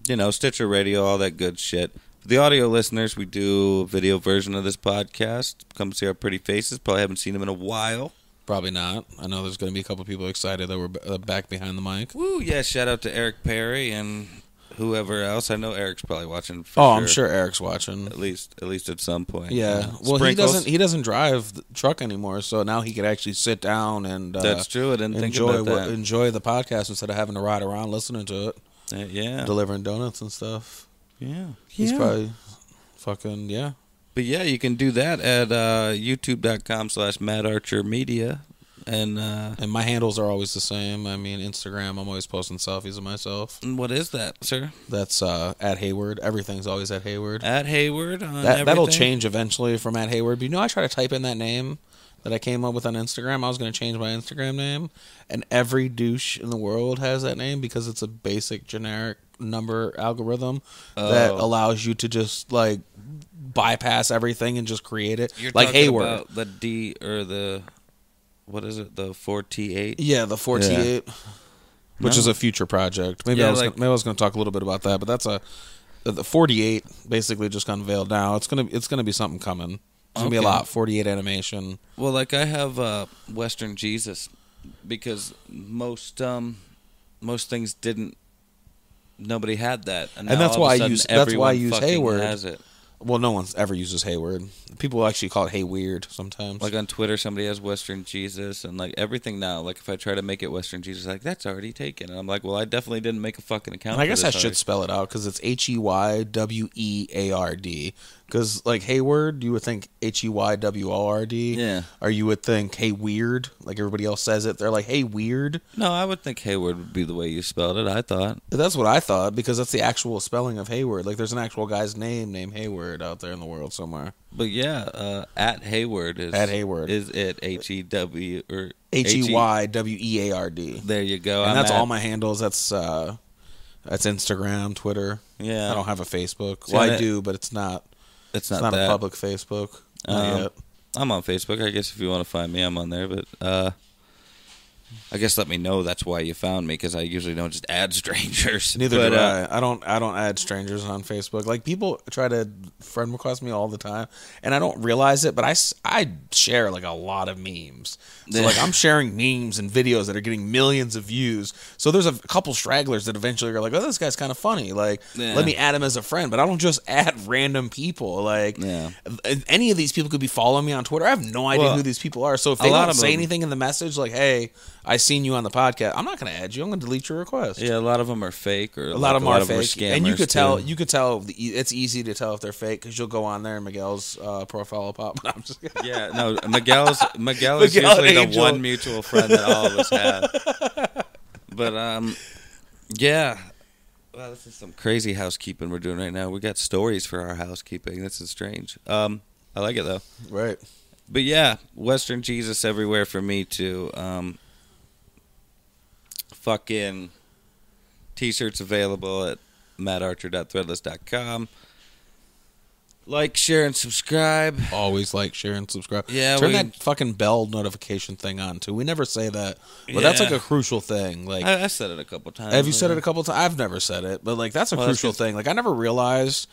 you know, Stitcher Radio, all that good shit. For the audio listeners, we do a video version of this podcast. Come see our pretty faces. Probably haven't seen them in a while.
Probably not. I know there's going to be a couple people excited that we're b- uh, back behind the mic.
Woo! Yeah, shout out to Eric Perry and whoever else. I know Eric's probably watching. For
Oh, I'm sure Eric's watching.
At least, at least at some point.
Yeah. Well, he
Sprinkles?
doesn't. He doesn't drive the truck anymore, so now he could actually sit down and uh,
That's true. I didn't think
enjoy
about
what-
that.
enjoy the podcast instead of having to ride around listening to it,
Uh, yeah.
delivering donuts and stuff.
yeah.
He's probably fucking yeah.
But yeah, you can do that at uh, youtube.com slash Matt Archer Media. And uh,
And my handles are always the same. I mean, Instagram. I'm always posting selfies of myself.
and what is that, sir?
That's uh, at Hayward. Everything's always at Hayward.
At Hayward on
That, that'll
everything?
change eventually from at Hayward. But you know, I try to type in that name that I came up with on Instagram. I was going to change my Instagram name, and every douche in the world has that name because it's a basic generic number algorithm that
Oh.
allows you to just like bypass everything and just create it
You're
like
talking
Hayward.
about the D or the what is it? The four T eight.
yeah, the 48, which
No.
is a future project. Maybe I
Yeah,
was
like-
gonna, maybe I was going to talk a little bit about that, but that's a the 48 basically just unveiled now. It's going to it's going to be something coming. It's going to be
Okay.
a lot 48 animation.
Well, like I have uh, Western Jesus because most um, most things didn't. Nobody had that, and,
And
now
that's
all of a
why I
sudden
use- that's why I
everyone
use
fucking
Hayward.
Has it
Well, no one's ever uses Hayward. People actually call it Hayweird sometimes.
like on Twitter? Somebody has Western Jesus, and like everything now. Like if I try to make it Western Jesus, like that's already taken, and I'm like, well, I definitely didn't make a fucking account.
and I
for
guess I
this
should
already.
spell it out because it's H E Y W E A R D. Because like Hayward, you would think H E Y W O R D.
Yeah.
Or you would think Hey Weird, like everybody else says it. They're like Hey Weird.
No, I would think Hayward would be the way you spelled it. I thought.
That's what I thought because that's the actual spelling of Hayward. Like there's an actual guy's name named Hayward out there in the world somewhere.
But yeah, uh, at Hayward is
At Hayward.
is it H E W or
H E Y W E A R D.
There you go.
And
I'm
that's
at-
all my handles. That's uh, that's Instagram, Twitter.
Yeah.
I don't have a Facebook.
See,
well,
on
I
it-
do, but it's not. It's
It's not,
not,
that.
a public Facebook. Not
Um,
yet.
I'm on Facebook. I guess if you want to find me, I'm on there. But uh, I guess let me know that's why you found me because I usually don't just add strangers.
Neither
but,
do
uh,
I. I don't. I don't add strangers on Facebook. Like people try to friend request me all the time, and I don't realize it. But I, s- I share like a lot of memes. So like I'm sharing memes and videos that are getting millions of views. So there's a couple stragglers that eventually are like, oh, this guy's kind of funny. Like
Yeah.
let me add him as a friend. But I don't just add random people. Like
Yeah.
th- any of these people could be following me on Twitter. I have no idea
Well,
who these people are. So if they
lot
don't
of
say
them-
anything in the message, like, hey, I seen you on the podcast, I'm not going to add you. I'm going to delete your request
Yeah, a lot of them are fake or
a lot of them are
are
fake,
scammers.
and you could tell
too.
you could tell the, e, it's easy to tell if they're fake because you'll go on there and Miguel's uh, profile will pop. I'm just kidding.
Yeah, no, Miguel's Miguel is
Miguel
usually the
Angel.
one mutual friend that all of us have. But um, yeah. Well, this is some crazy housekeeping we're doing right now. We got stories for our housekeeping. This is strange. Um, I like it though.
right.
But yeah, Western Jesus everywhere for me too. Um, fucking t-shirts available at mattarcher.threadless.com. Like, share, and subscribe.
Always like, share, and subscribe.
Yeah,
turn
we-
that fucking bell notification thing on too. We never say that, but that's like
Yeah.
a crucial thing. Like,
I, I've said it a couple times.
have you said it a couple times? I've never said it, but like that's a
Well, that's
crucial
good.
thing. Like, I never realized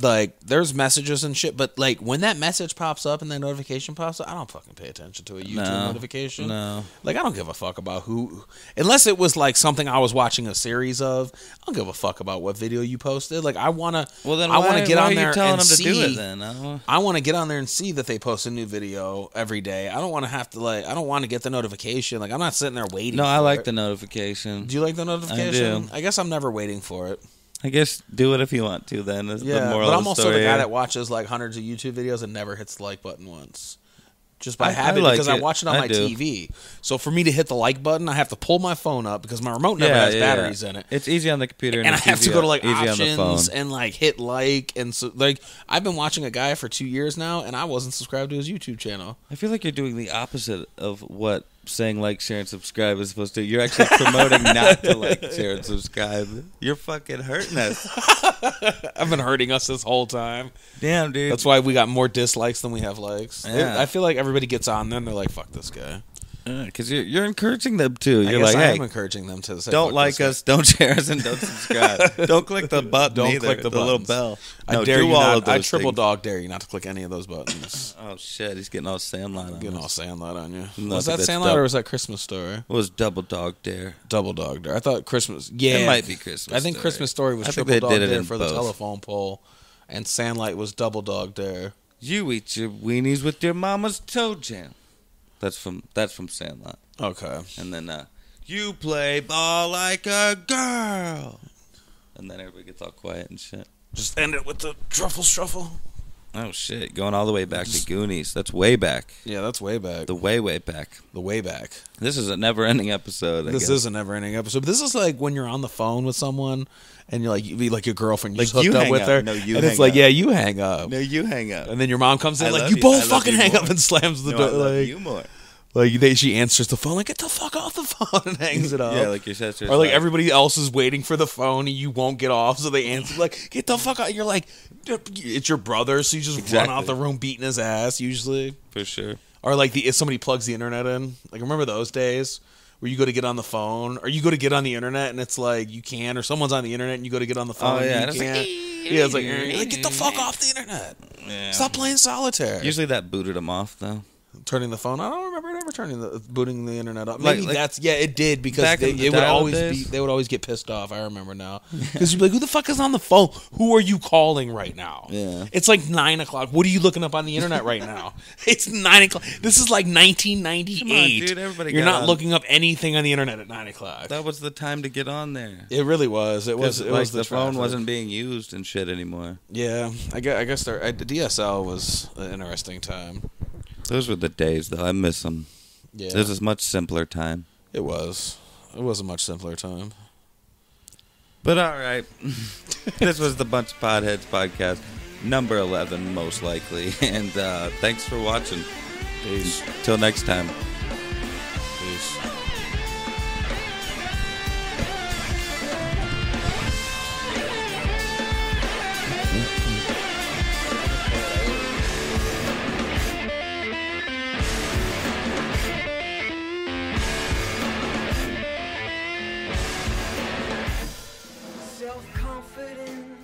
like there's messages and shit, but like when that message pops up and that notification pops up, I don't fucking pay attention to a YouTube
No.
notification.
No.
Like I don't give a fuck about who, unless it was like something I was watching a series of. I don't give a fuck about what video you posted. Like I wanna,
Well, then
I
why-
wanna get
why
on
are you
there
telling
and
them to
see.
do it then? I don't-
I want to get on there and see that they post a new video every day. I don't want to have to like. I don't want to get the notification. Like I'm not sitting there waiting.
No, I
for
like
it.
the notification.
Do you like the notification?
do.
I, guess I'm never waiting for it.
I guess do it if you want to. Then is
Yeah,
the moral
but
of
I'm
the
also
story.
the guy that watches like hundreds of YouTube videos and never hits the like button once. Just by
I- I
habit,
like
because I
it.
watch it on
I
my
do.
TV. So for me to hit the like button, I have to pull my phone up because my remote never has batteries in it.
It's easy on the computer, and,
and I
it's
have to
easy
go to
on-
like
easy on the phone.
options and like hit like and so like I've been watching a guy for two years now and I wasn't subscribed to his YouTube channel.
I feel like you're doing the opposite of what saying like, share, and subscribe is supposed to. You're actually promoting not to like, share, and subscribe. You're fucking hurting us.
I've been hurting us this whole time.
Damn, dude.
That's why we got more dislikes than we have likes. It-
Yeah.
I feel like everybody gets on then they're like, "Fuck this guy."
because Uh, you're you're encouraging them too.
I
You're
guess
like,
I am
hey,
encouraging them to say, "Fuck
don't
this
like
guy."
us, don't share us, and don't subscribe. don't click the button.
Don't
either,
click the
little
buttons.
bell.
I
no,
dare
do
you
all
not.
of
I
those
triple
things.
dog dare you not to click any of those buttons.
Oh shit, he's getting all sandline on
Getting
us.
all Sandlot on you.
No,
was that
I think that's
Sandlot
dub-
or was that Christmas Story?
What was double dog dare?
Double dog dare. I thought Christmas. Yeah,
It might be Christmas
I think
Story.
Christmas Story was
I think
triple
they
dog
did it
dare
in
for
both.
the telephone pole, and Sandlight was double dog dare.
You eat your weenies with your mama's toe jam. That's from that's from Sandlot.
Okay.
And then uh, you play ball like a girl. And then everybody gets all quiet and shit.
Just end it with the truffle shuffle.
Oh shit, going all the way back to Goonies. That's way back.
Yeah, that's way back.
The
The,
way way back.
way back.
This is a never-ending episode. I
This
guess.
is a never-ending episode. But this is like when you're on the phone with someone, and you're like, you be like your girlfriend, you
Like,
just hooked
you
up
hang
with
up.
her,
No, you
and it's
hang
like,
up.
yeah, you hang up.
No, you hang up.
And then your mom comes in
I
like,
love
you
you. I
both
love
fucking
you
hang
more."
up and slams the
No, I
door.
love
Like,
you more.
like they, she answers the phone, like get the fuck off the phone and hangs it up.
Yeah, like your sister's
uh, or like
like-
everybody else is waiting for the phone and you won't get off, so they answer like get the fuck out. You're like, it's your brother, so you just
Exactly.
run out the room beating his ass usually.
For sure.
Or like the if somebody plugs the internet in, like remember those days. Where you go to get on the phone, or you go to get on the internet, and it's like you can, or someone's on the internet, and you go to get on the phone,
Oh, yeah,
and you
and it's like,
can't. yeah, it's like, "Eh," like, get the fuck off the internet. Stop playing solitaire.
Usually that booted him off though.
turning the phone. I don't remember it ever turning the booting the internet up.
Like-
Maybe
like-
that's yeah, it did because
Back
they,
in the
it would
dial-up
always
days?
be they would always get pissed off. I remember now because you'd be like, "Who the fuck is on the phone? Who are you calling right now?"
Yeah.
it's like nine o'clock. What are you looking up on the internet right now? it's nine o'clock. This is like nineteen ninety eight.
dude, everybody
You're
got
not
on.
looking up anything on the internet at nine o'clock.
That was the time to get on there.
it really was. It was.
'Cause,
It
like,
was
the,
the,
phone
traffic.
wasn't being used and shit anymore.
Yeah, I guess. I guess there, I, the DSL was an interesting time.
Those were the days though. I miss them.
Yeah,
This is much simpler time.
it was. It was a much simpler time.
But all right, this was the Bunch of Podheads podcast, number eleven, most likely. And uh, thanks for watching.
Peace.
Till next time.
Peace.
self-confidence